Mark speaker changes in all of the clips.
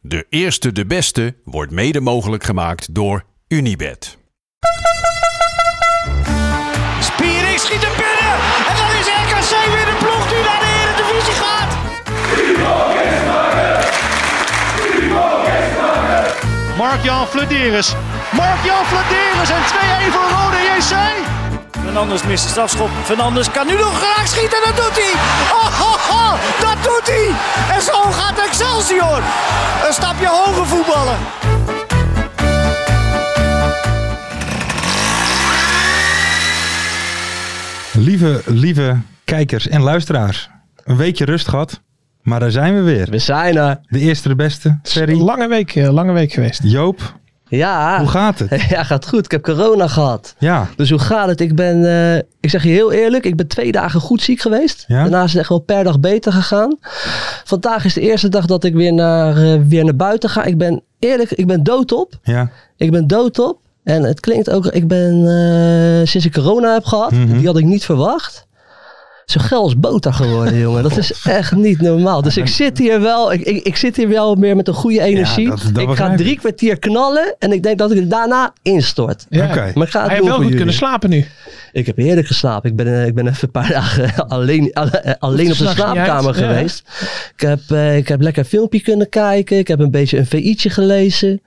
Speaker 1: De eerste, de beste wordt mede mogelijk gemaakt door Unibed.
Speaker 2: Spiering schiet hem binnen. En dan is RKC weer de ploeg die naar de Eredivisie gaat. Mark-Jan Flederis. Mark-Jan Flederis en 2-1 voor Rode JC. Fernandes mist de strafschop. Fernandes kan nu nog graag schieten. Dat doet hij. Oh, oh, oh, dat doet hij. En zo gaat Excelsior. Een stapje hoger voetballen.
Speaker 3: Lieve, lieve kijkers en luisteraars. Een weekje rust gehad, maar daar zijn we weer.
Speaker 4: We zijn er.
Speaker 3: De eerste, de beste. Ferry,
Speaker 4: Lange week, eh, lange week geweest.
Speaker 3: Joop,
Speaker 5: Ja.
Speaker 3: hoe gaat het?
Speaker 5: Ja, gaat goed. Ik heb corona gehad.
Speaker 3: Ja,
Speaker 5: Dus hoe gaat het? Ik ben, eh, ik zeg je heel eerlijk, ik ben twee dagen goed ziek geweest.
Speaker 3: Ja?
Speaker 5: Daarna is het echt wel per dag beter gegaan. Vandaag is de eerste dag dat ik weer naar, eh, weer naar buiten ga. Ik ben eerlijk, ik ben doodop.
Speaker 3: ja,
Speaker 5: Ik ben doodop. En het klinkt ook, ik ben eh, sinds ik corona heb gehad,
Speaker 4: Mhm.
Speaker 5: die had ik niet verwacht. Zo geil als boter geworden, jongen. Dat is echt niet normaal. Dus ik zit hier wel, ik, ik, ik zit hier wel meer met een goede energie.
Speaker 3: dat- dat
Speaker 5: ik
Speaker 3: begrijp
Speaker 5: ga
Speaker 3: ik.
Speaker 5: drie kwartier knallen en ik denk dat ik er daarna instort.
Speaker 4: Ja.
Speaker 3: Oké.
Speaker 5: Maar ik ga het
Speaker 4: Hij heeft
Speaker 5: doen
Speaker 4: wel
Speaker 5: voor
Speaker 4: goed kunnen
Speaker 5: jullie.
Speaker 4: slapen nu.
Speaker 5: Ik heb heerlijk geslapen. Ik ben, eh, ik ben even een paar dagen alleen, alle- eh, alleen op
Speaker 4: Hoeft er
Speaker 5: de
Speaker 4: s'nachts niet
Speaker 5: slaapkamer
Speaker 4: uit, ja.
Speaker 5: geweest. Ik, heb, eh, ik heb lekker een filmpje kunnen kijken. Ik heb een beetje een VI'tje gelezen.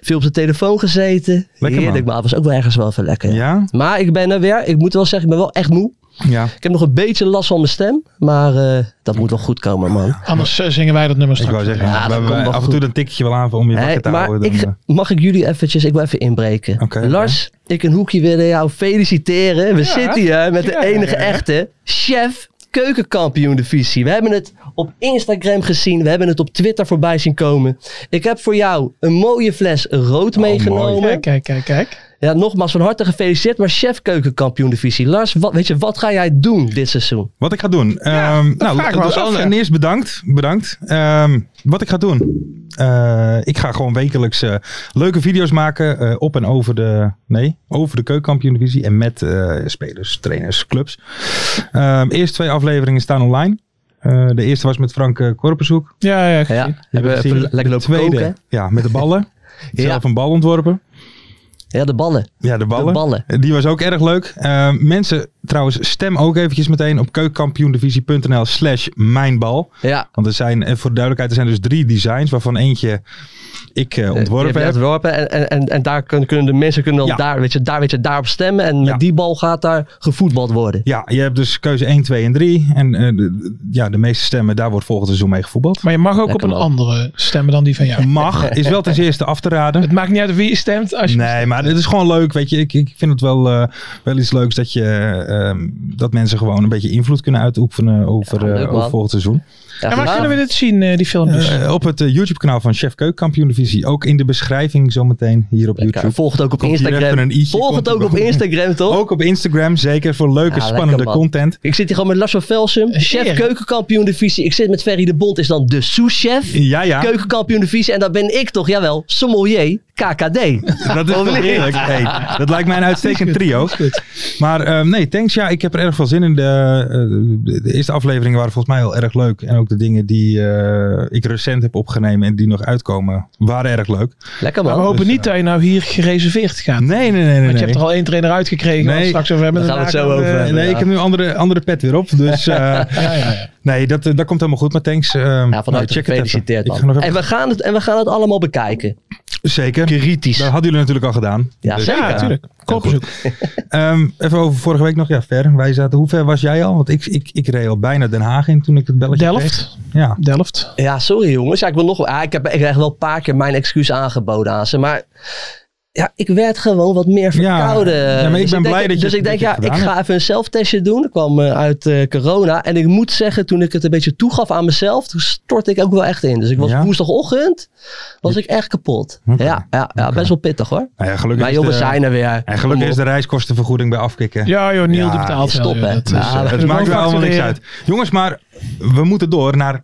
Speaker 5: Veel op de telefoon gezeten.
Speaker 3: man.
Speaker 5: heerlijk, maar het was ook wel ergens wel even lekker.
Speaker 3: ja,
Speaker 5: Maar ik ben er weer. Ik moet wel zeggen, ik ben wel echt moe.
Speaker 3: ja.
Speaker 5: Ik heb nog een beetje last van mijn stem. Maar eh, dat moet wel goed komen, man.
Speaker 4: Anders eh, zingen wij dat nummer
Speaker 3: Ik
Speaker 4: straks.
Speaker 3: wou zeggen,
Speaker 5: Ja,
Speaker 3: we
Speaker 5: dat
Speaker 3: hebben
Speaker 5: komt wel
Speaker 3: af en
Speaker 5: goed.
Speaker 3: toe een tikje wel aan om je wakker
Speaker 5: Hey,
Speaker 3: te
Speaker 5: maar
Speaker 3: houden.
Speaker 5: ik,
Speaker 3: dan, eh.
Speaker 5: mag ik jullie eventjes, ik wil even inbreken.
Speaker 3: Oké,
Speaker 5: Lars, ik een hoekje willen jou feliciteren. We zitten hier met de
Speaker 4: Ja,
Speaker 5: enige
Speaker 4: ja, ja.
Speaker 5: echte chef keukenkampioen divisie. We hebben het op Instagram gezien, we hebben het op Twitter voorbij zien komen. Ik heb voor jou een mooie fles rood
Speaker 3: Oh,
Speaker 5: meegenomen.
Speaker 4: Kijk, kijk, kijk, kijk.
Speaker 5: Ja, nogmaals van harte gefeliciteerd, maar chef keukenkampioen divisie. Lars, wat, weet je, wat ga jij doen dit seizoen?
Speaker 3: eh, wat ik ga doen. Ehm, nou,
Speaker 4: vraag ik me
Speaker 3: dus
Speaker 4: af,
Speaker 3: al-
Speaker 4: ja.
Speaker 3: en eerst bedankt. bedankt. Ehm, wat ik ga doen. Eh, ik ga gewoon wekelijks eh, leuke video's maken eh, op en over de, nee, over de keukenkampioen-divisie. En met eh, spelers, trainers, clubs. Ehm eerst twee afleveringen staan online. Eh, de eerste was met Frank eh, Korpershoek.
Speaker 4: Ja, ja.
Speaker 5: Ja, hebben we even
Speaker 3: gezien.
Speaker 5: lekker lopen
Speaker 3: Tweede,
Speaker 5: koken.
Speaker 3: Ja, met de ballen.
Speaker 5: Ja.
Speaker 3: Zelf een bal ontworpen.
Speaker 5: Ja, de ballen.
Speaker 3: Ja, de ballen.
Speaker 5: De ballen.
Speaker 3: Die was ook erg leuk. Eh, mensen, trouwens, stem ook eventjes meteen op keukenkampioendivisie.nl slash mijnbal.
Speaker 5: Ja,
Speaker 3: Want er zijn, eh, voor de duidelijkheid, er zijn dus drie designs, waarvan eentje ik eh,
Speaker 5: Die
Speaker 3: ontworpen
Speaker 5: heb
Speaker 3: heb.
Speaker 5: je ontworpen en, en, en, en daar kunnen, kunnen de mensen kunnen dan
Speaker 3: Ja.
Speaker 5: daar, weet je, daar, weet je, daarop stemmen. En
Speaker 3: Ja.
Speaker 5: met die bal gaat daar gevoetbald worden.
Speaker 3: Ja, je hebt dus keuze 1, 2 en 3. En eh, de- de- ja, de meeste stemmen, daar wordt volgend seizoen mee gevoetbald.
Speaker 4: Maar je mag ook op
Speaker 5: Lekker
Speaker 4: een
Speaker 5: man.
Speaker 4: andere stemmen dan die van jou.
Speaker 3: Mag, is wel ten eerste af te raden.
Speaker 4: Het maakt niet uit wie je stemt. Als je
Speaker 3: Nee, maar het is gewoon leuk. Weet je, ik, ik vind het wel, eh, wel iets leuks dat, je, ehm, dat mensen gewoon een beetje invloed kunnen uitoefenen over,
Speaker 5: Ja, leuk,
Speaker 3: eh, over
Speaker 5: man.
Speaker 3: volgend seizoen.
Speaker 5: Ja,
Speaker 4: En waar
Speaker 5: gedaan.
Speaker 4: kunnen we dit zien, eh, die
Speaker 5: Dus-
Speaker 4: filmpjes?
Speaker 3: Eh, op het eh, YouTube-kanaal van Chef Keuk Kampioen Divisie. Ook in de beschrijving zometeen hier op
Speaker 5: Lekker.
Speaker 3: YouTube.
Speaker 5: Volg het ook op
Speaker 3: Komt hier even
Speaker 5: Instagram.
Speaker 3: een Oh. i'tje,
Speaker 5: Volg het
Speaker 3: komt
Speaker 5: ook
Speaker 3: er
Speaker 5: op
Speaker 3: wel.
Speaker 5: Instagram, toch?
Speaker 3: Ook op Instagram, zeker voor leuke,
Speaker 5: Ja, lekker,
Speaker 3: spannende
Speaker 5: man.
Speaker 3: content.
Speaker 5: Ik zit hier gewoon met Lars van Velsum, chef
Speaker 4: Eer.
Speaker 5: keukenkampioen divisie. Ik zit met Ferry de Bond, is dan de sous-chef.
Speaker 3: Ja, ja.
Speaker 5: Keukenkampioen divisie. En dan ben ik toch, jawel, sommelier KKD.
Speaker 3: Dat is wel eerlijk. Hey, dat lijkt mij een uitstekend trio. Maar ehm, nee, thanks. Ja, ik heb er erg veel zin in. De, eh, de eerste afleveringen waren volgens mij heel erg leuk. En ook de dingen die eh, ik recent heb opgenomen en die nog uitkomen, waren erg leuk.
Speaker 5: Lekker
Speaker 4: Maar we
Speaker 5: man.
Speaker 4: hopen
Speaker 3: dus,
Speaker 4: niet
Speaker 3: eh,
Speaker 4: dat je nou hier gereserveerd gaat.
Speaker 3: Nee, nee, nee. nee,
Speaker 4: Want je
Speaker 3: nee.
Speaker 4: hebt er al één trainer uitgekregen.
Speaker 3: Nee.
Speaker 4: Nee. Straks over hebben.
Speaker 5: Daar gaan we het
Speaker 4: Daarna
Speaker 5: zo
Speaker 4: kan,
Speaker 5: over
Speaker 4: eh,
Speaker 5: hebben.
Speaker 3: nee, ik heb nu een andere, andere pet weer op. Dus eh, nee, dat, eh, dat komt helemaal goed. Maar thanks. ehm,
Speaker 5: Ja, van
Speaker 3: nou,
Speaker 5: harte
Speaker 3: check het
Speaker 5: gefeliciteerd
Speaker 3: even. Ik ga nog
Speaker 5: man.
Speaker 3: even-
Speaker 5: En we, gaan het, en we gaan het allemaal bekijken.
Speaker 3: Zeker.
Speaker 5: Kritisch.
Speaker 3: Dat hadden jullie natuurlijk al gedaan.
Speaker 5: Ja,
Speaker 3: Dus,
Speaker 5: zeker.
Speaker 4: Ja,
Speaker 3: eh,
Speaker 4: natuurlijk. Koopbezoek.
Speaker 3: Ehm, even over vorige week nog. Ja, ver. Wij zaten, hoe ver was jij al? Want ik, ik, ik reed al bijna Den Haag in toen ik het belletje kreeg.
Speaker 4: Delft.
Speaker 3: Ja. Nou
Speaker 4: Delft.
Speaker 5: Ja, sorry jongens. Ja, ik, wil nog, ah, ik heb echt wel een paar keer mijn excuus aangeboden aan ze. Maar Ja, ik werd gewoon wat meer verkouden.
Speaker 3: Ja, maar ik ben blij
Speaker 5: denk,
Speaker 3: dat je
Speaker 5: Dus
Speaker 3: het-
Speaker 5: ik
Speaker 3: dat
Speaker 5: denk,
Speaker 3: je het
Speaker 5: ja, ik
Speaker 3: gedaan
Speaker 5: ga even een zelftestje doen. Ik kwam eh, uit eh, corona. En ik moet zeggen, toen ik het een beetje toegaf aan mezelf, toen stortte ik ook wel echt in. Dus ik was
Speaker 3: Ja?
Speaker 5: woensdagochtend, was ik echt kapot.
Speaker 3: Oké,
Speaker 5: Ja, ja, ja, best wel pittig hoor.
Speaker 3: Nou ja, gelukkig
Speaker 5: Maar
Speaker 3: is
Speaker 5: jongens
Speaker 3: de,
Speaker 5: zijn er weer.
Speaker 3: En gelukkig is
Speaker 5: Kom
Speaker 3: de reiskostenvergoeding bij afkikken.
Speaker 4: Ja joh, Niel
Speaker 3: Ja,
Speaker 4: die betaalt
Speaker 5: stop,
Speaker 4: wel, joh.
Speaker 5: hè.
Speaker 4: Dat is,
Speaker 5: Ja,
Speaker 4: eh,
Speaker 5: maar
Speaker 4: dat
Speaker 3: Het
Speaker 4: is
Speaker 3: maakt
Speaker 4: wel
Speaker 3: wel allemaal niks
Speaker 4: factureren.
Speaker 3: uit. Jongens, maar we moeten door naar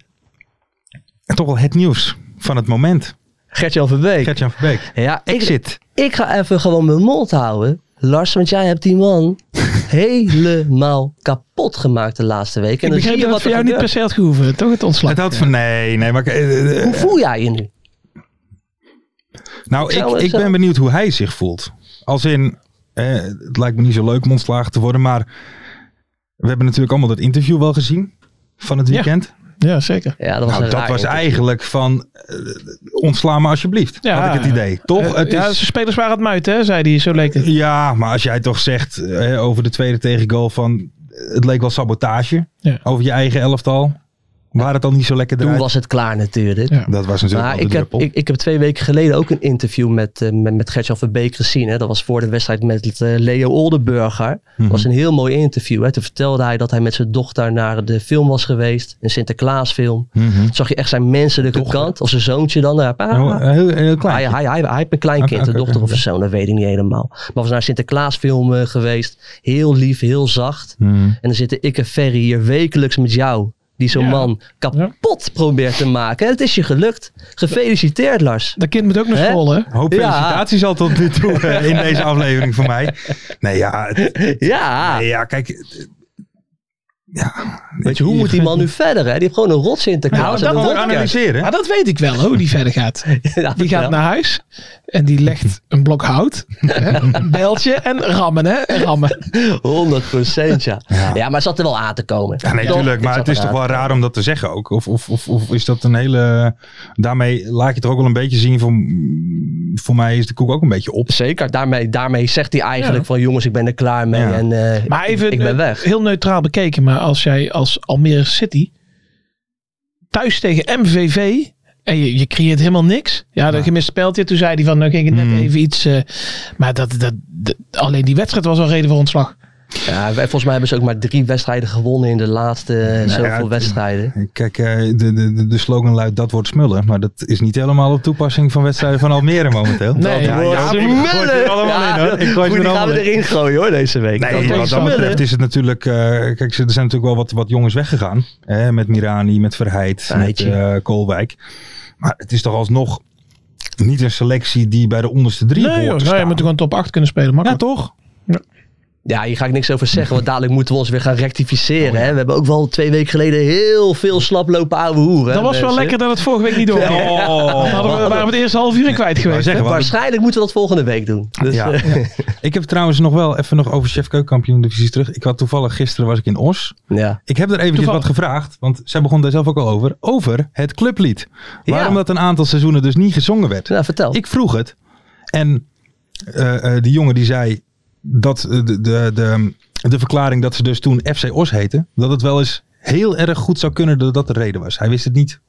Speaker 3: toch wel het nieuws van het moment.
Speaker 5: op. Gert-Jan Verbeek.
Speaker 3: Gertjan Verbeek.
Speaker 5: ja, ik,
Speaker 3: Exit.
Speaker 5: ik ga even gewoon mijn mond houden. Lars, want jij hebt die man helemaal kapot gemaakt de laatste week. En dan
Speaker 4: Ik
Speaker 5: zie
Speaker 4: begreep
Speaker 5: je
Speaker 4: dat
Speaker 5: wat
Speaker 4: het voor jou niet
Speaker 5: gebeurt.
Speaker 4: per se had gehoeven, toch? Het ontslag.
Speaker 3: Het had van nee, nee, maar eh, eh, eh,
Speaker 5: Hoe voel jij je nu?
Speaker 3: nou,
Speaker 5: Ik zou-
Speaker 3: ik,
Speaker 5: ik
Speaker 3: ik
Speaker 5: zou-
Speaker 3: ben benieuwd hoe hij zich voelt. Als in, eh, het lijkt me niet zo leuk om ontslagen te worden, maar we hebben natuurlijk allemaal dat interview wel gezien van het
Speaker 4: Ja.
Speaker 3: weekend.
Speaker 4: Ja, zeker.
Speaker 5: Ja, dat was,
Speaker 3: nou,
Speaker 5: een
Speaker 3: dat
Speaker 5: raar
Speaker 3: was
Speaker 5: interview.
Speaker 3: eigenlijk van eh, ontsla me alsjeblieft.
Speaker 4: Ja,
Speaker 3: had ik het idee. Toch?
Speaker 4: Eh,
Speaker 3: het
Speaker 4: ja, de
Speaker 3: is,
Speaker 4: spelers waren aan het muiten, hè, zei hij. Zo leek het.
Speaker 3: ja, maar als jij toch zegt eh, over de tweede tegengoal van eh, het leek wel sabotage
Speaker 4: Ja.
Speaker 3: over je eigen elftal, waar het dan niet zo lekker
Speaker 5: Toen
Speaker 3: draait.
Speaker 5: was het klaar natuurlijk.
Speaker 4: Ja.
Speaker 3: Dat was natuurlijk wel
Speaker 5: Maar
Speaker 3: de
Speaker 5: ik heb,
Speaker 3: druppel.
Speaker 5: ik, ik heb twee weken geleden ook een interview met, eh, met, met Gertjan Verbeek gezien. Hè. Dat was voor de wedstrijd met eh, Leo Oldenburger.
Speaker 3: Mhm.
Speaker 5: was een heel mooi interview. Hè. Toen vertelde hij dat hij met zijn dochter naar de film was geweest. Een Sinterklaasfilm.
Speaker 3: Mhm.
Speaker 5: Toen zag je echt zijn menselijke kant. Of zijn zoontje dan. hè. Pa,
Speaker 3: Heel, eh, heel, heel
Speaker 5: hij,
Speaker 3: klein.
Speaker 5: hij, hij, hij heeft een kleinkind,
Speaker 3: Oké, oké,
Speaker 5: een dochter
Speaker 3: oké,
Speaker 5: of een
Speaker 3: oké.
Speaker 5: zoon. Dat weet ik niet helemaal. Maar was naar een Sinterklaasfilm eh, geweest. Heel lief, heel zacht.
Speaker 3: Mhm.
Speaker 5: En dan zitten ik en Ferry hier wekelijks met jou. Die zo'n
Speaker 4: Ja.
Speaker 5: man kapot probeert te maken. En het is je gelukt. Gefeliciteerd, Lars.
Speaker 4: Dat kind moet ook naar
Speaker 5: Hè?
Speaker 4: school, hè?
Speaker 3: Hoop
Speaker 5: Ja.
Speaker 3: felicitaties al tot nu toe eh, in deze aflevering voor mij. Nee, ja, het-
Speaker 5: Ja.
Speaker 3: nee, ja kijk. eh, Ja,
Speaker 5: Weet je, hoe moet die man nu verder? Hè? Die heeft gewoon een rot Sinterklaas.
Speaker 4: Nou, dat
Speaker 5: en een
Speaker 4: moet
Speaker 3: Gewoon
Speaker 5: podcast.
Speaker 3: analyseren.
Speaker 4: Maar Ah, dat weet ik wel, hoe die verder gaat.
Speaker 5: Ja,
Speaker 4: Die gaat
Speaker 5: vertel.
Speaker 4: naar huis en die legt een blok hout, hè, een bijltje en rammen, hè? en Rammen.
Speaker 5: 100% ja. ja. maar het zat er wel aan te komen.
Speaker 3: Ja, nee,
Speaker 5: Toch?
Speaker 3: tuurlijk. Maar het
Speaker 5: zat
Speaker 3: is toch
Speaker 5: eraan
Speaker 3: wel
Speaker 5: te
Speaker 3: raar om dat te zeggen ook? Of, of, of, of is dat een hele... Daarmee laat je toch ook wel een beetje zien van... Voor mij is de koek ook een beetje op.
Speaker 5: komen. Zeker, daarmee, daarmee zegt hij eigenlijk
Speaker 4: Ja.
Speaker 5: van jongens, ik ben er klaar mee
Speaker 3: Ja.
Speaker 5: en eh,
Speaker 4: Maar
Speaker 5: ik-
Speaker 4: even
Speaker 5: ik ben
Speaker 4: eh,
Speaker 5: weg.
Speaker 4: heel neutraal bekeken, maar als jij als Almere City thuis tegen MVV en je, je creëert helemaal niks. Ja, dat gemist speeltje. Toen zei hij van, nou ging ik net
Speaker 3: Mhm.
Speaker 4: even iets. eh, maar dat, dat, dat- alleen die wedstrijd was al reden voor ontslag.
Speaker 5: Ja, wij- volgens mij hebben ze ook maar drie wedstrijden gewonnen in de laatste eh, zoveel
Speaker 3: Nou ja, het-
Speaker 5: wedstrijden.
Speaker 3: Kijk, eh, de, de, de- de slogan luidt dat wordt smullen. Maar dat is niet helemaal op toepassing van wedstrijden van Almere momenteel.
Speaker 4: Nee,
Speaker 3: ja,
Speaker 4: wordt
Speaker 3: ja, ik gooi het er allemaal in hoor. Ik gooi
Speaker 5: goed,
Speaker 3: het er
Speaker 5: die gaan
Speaker 3: allemaal
Speaker 5: we
Speaker 3: in.
Speaker 5: erin gooien hoor deze
Speaker 3: Nee,
Speaker 5: week. Dat wordt
Speaker 3: wat dat
Speaker 5: smullen.
Speaker 3: betreft is het natuurlijk... eh, kijk, ze- er zijn natuurlijk wel wat, wat jongens weggegaan. Hè, met Mirani, met Verheid, met
Speaker 5: Verheidje.
Speaker 3: eh, Koolwijk. Maar het is toch alsnog niet een selectie die bij de onderste drie
Speaker 4: Nee,
Speaker 3: hoort
Speaker 4: joh,
Speaker 3: te
Speaker 4: nou, je
Speaker 3: staan.
Speaker 4: moet gewoon top 8 kunnen spelen.
Speaker 3: ja,
Speaker 4: Makkelijk.
Speaker 3: toch?
Speaker 5: Ja, hier ga ik niks over zeggen, want dadelijk moeten we ons weer gaan rectificeren.
Speaker 3: Oh,
Speaker 5: hè. We hebben ook wel twee weken geleden heel veel slap lopen ouwe hoeren.
Speaker 4: dat
Speaker 5: hè,
Speaker 4: was wel
Speaker 5: mensen.
Speaker 4: lekker dat het vorige week niet door. Oh.
Speaker 3: Ja.
Speaker 4: Dan hadden we, waren we het eerste half uur in kwijt
Speaker 3: wou
Speaker 4: geweest.
Speaker 3: zeggen,
Speaker 4: hè?
Speaker 3: want-
Speaker 5: Waarschijnlijk moeten we dat volgende week doen. Dus,
Speaker 3: Ja.
Speaker 5: eh,
Speaker 3: Ik heb trouwens nog wel even nog over chef keukenkampioen divisies terug. Ik had toevallig gisteren was ik in Os.
Speaker 5: ja.
Speaker 3: Ik heb er eventjes
Speaker 4: Toevallig.
Speaker 3: wat gevraagd, want zij begon daar zelf ook al over, over het clublied.
Speaker 5: Ja.
Speaker 3: Waarom dat een aantal seizoenen dus niet gezongen werd.
Speaker 5: Nou, vertel.
Speaker 3: Ik vroeg het en eh, eh, die jongen die zei dat eh, de, de, de, de verklaring dat ze dus toen FC Os heten, dat het wel eens heel erg goed zou kunnen dat dat de reden was. Hij wist het niet 100%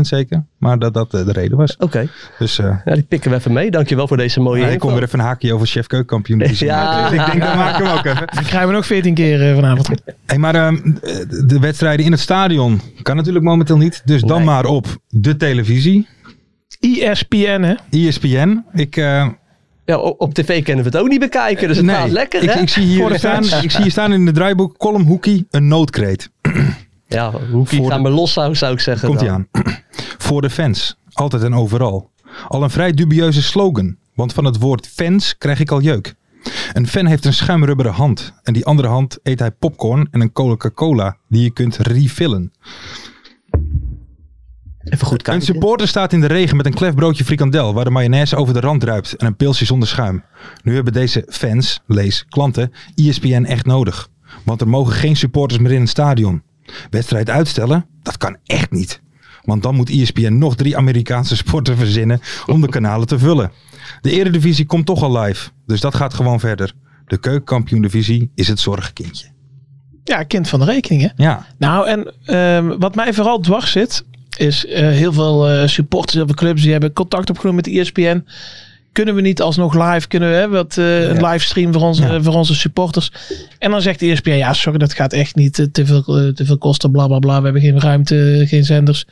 Speaker 3: zeker, maar dat dat eh, de reden was.
Speaker 5: Oké,
Speaker 3: Dus eh,
Speaker 5: ja, die pikken we even mee. Dankjewel voor deze mooie
Speaker 3: ik
Speaker 5: info.
Speaker 3: kom weer even een haakje over chef keukenkampioen divisie.
Speaker 5: Ja.
Speaker 3: Ik denk, dat maken we hem ook even.
Speaker 4: Dan krijgen we nog 14 keer eh, vanavond.
Speaker 3: Hey, maar ehm, de wedstrijden in het stadion kan natuurlijk momenteel niet. Dus dan
Speaker 5: Nee.
Speaker 3: maar op de televisie. E
Speaker 4: ESPN, hè?
Speaker 3: ESPN. Ik, eh,
Speaker 5: Ja, o- op tv kunnen we het ook niet bekijken, dus het
Speaker 3: nee,
Speaker 5: gaat lekker
Speaker 3: ik,
Speaker 5: hè?
Speaker 3: ik, zie
Speaker 4: Voor
Speaker 3: hier
Speaker 4: de
Speaker 3: staan,
Speaker 4: fans.
Speaker 3: ik zie hier staan in de draaiboek column hoekie een noodkreet.
Speaker 5: Ja, hoe
Speaker 3: Voor
Speaker 5: gaan
Speaker 3: de-
Speaker 5: we los zou, zou ik zeggen.
Speaker 3: Komt
Speaker 5: dan.
Speaker 3: hij aan. Voor de fans. Altijd en overal. Al een vrij dubieuze slogan. Want van het woord fans krijg ik al jeuk. Een fan heeft een schuimrubberen hand. En die andere hand eet hij popcorn en een Coca-Cola die je kunt refillen.
Speaker 5: Even goed
Speaker 3: Een
Speaker 5: kijken.
Speaker 3: supporter staat in de regen met een klef broodje frikandel waar de mayonaise over de rand druipt en een pilsje zonder schuim. Nu hebben deze fans, lees klanten, E ESPN echt nodig. Want er mogen geen supporters meer in het stadion. Wedstrijd uitstellen? Dat kan echt niet. Want dan moet E ESPN nog drie Amerikaanse sporten verzinnen om de kanalen te vullen. De eredivisie komt toch al live, dus dat gaat gewoon verder. De keukenkampioen-divisie is het zorgkindje.
Speaker 4: Ja, kind van de rekening, hè?
Speaker 3: Ja,
Speaker 4: Nou, en ehm, wat mij vooral dwars zit, is eh, heel veel eh, supporters, heel veel clubs, die hebben contact opgenomen met de ESPN. Kunnen we niet alsnog live, kunnen we hè, wat, eh, een livestream voor, onze eh, voor onze supporters. En dan zegt de E ESPN, ja sorry, dat gaat echt niet, eh, te, veel, eh, te veel kosten, bla bla bla. We hebben geen ruimte, geen zenders.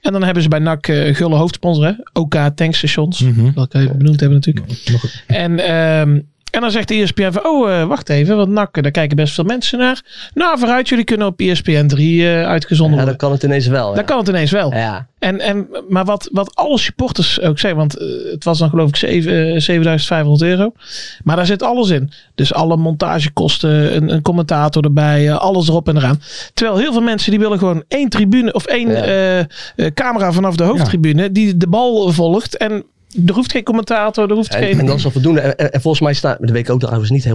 Speaker 4: En dan hebben ze bij NAC eh gulle hoofdsponsor, hè, OK Tankstations.
Speaker 3: Mhm.
Speaker 4: Dat ik even benoemd hebben natuurlijk.
Speaker 3: Nog een-
Speaker 4: En, ehm, en dan zegt de ESPN van, oh, eh, wacht even, want NAC, daar kijken best veel mensen naar. Nou, vooruit, jullie kunnen op ESPN 3 eh, uitgezonden
Speaker 5: Ja, dan
Speaker 4: worden.
Speaker 5: kan het ineens wel.
Speaker 4: Dan kan het ineens wel.
Speaker 5: ja. Ja.
Speaker 4: En, en, maar wat, wat alle supporters ook zeggen, want eh, het was dan geloof ik zeven, eh, 7500 euro. Maar daar zit alles in. Dus alle montagekosten, een, een commentator erbij, eh, alles erop en eraan. Terwijl heel veel mensen die willen gewoon één tribune of één
Speaker 5: Ja.
Speaker 4: eh, eh, camera vanaf de hoofdtribune die de bal volgt. En er hoeft geen commentator, er hoeft
Speaker 5: En,
Speaker 4: geen...
Speaker 5: en dat is al voldoende. En, en- en volgens mij staat, dat weet ik ook trouwens niet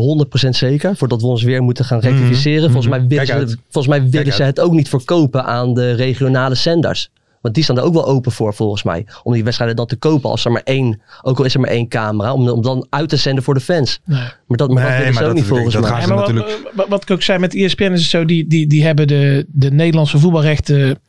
Speaker 5: 100% zeker, voordat we ons weer moeten gaan
Speaker 4: Mhm.
Speaker 5: rectificeren. Volgens mij willen,
Speaker 3: Kijk uit.
Speaker 5: ze, volgens mij willen
Speaker 3: Kijk
Speaker 5: ze
Speaker 3: uit.
Speaker 5: het ook niet verkopen aan de regionale zenders. Want die staan er ook wel open voor, volgens mij. Om die wedstrijden dan te kopen als er maar één, ook al is er maar één camera, om, om dan uit te zenden voor de fans.
Speaker 4: Nee.
Speaker 5: Maar dat, maar dat
Speaker 3: Nee, maar
Speaker 5: willen ze ook
Speaker 3: dat-
Speaker 5: niet, volgens
Speaker 3: dat
Speaker 5: mij.
Speaker 3: gaan
Speaker 4: Ja,
Speaker 3: ze
Speaker 4: maar wat, Eh, wat, wat ik ook zei met E ESPN is het zo, die, die, die hebben de, de Nederlandse voetbalrechten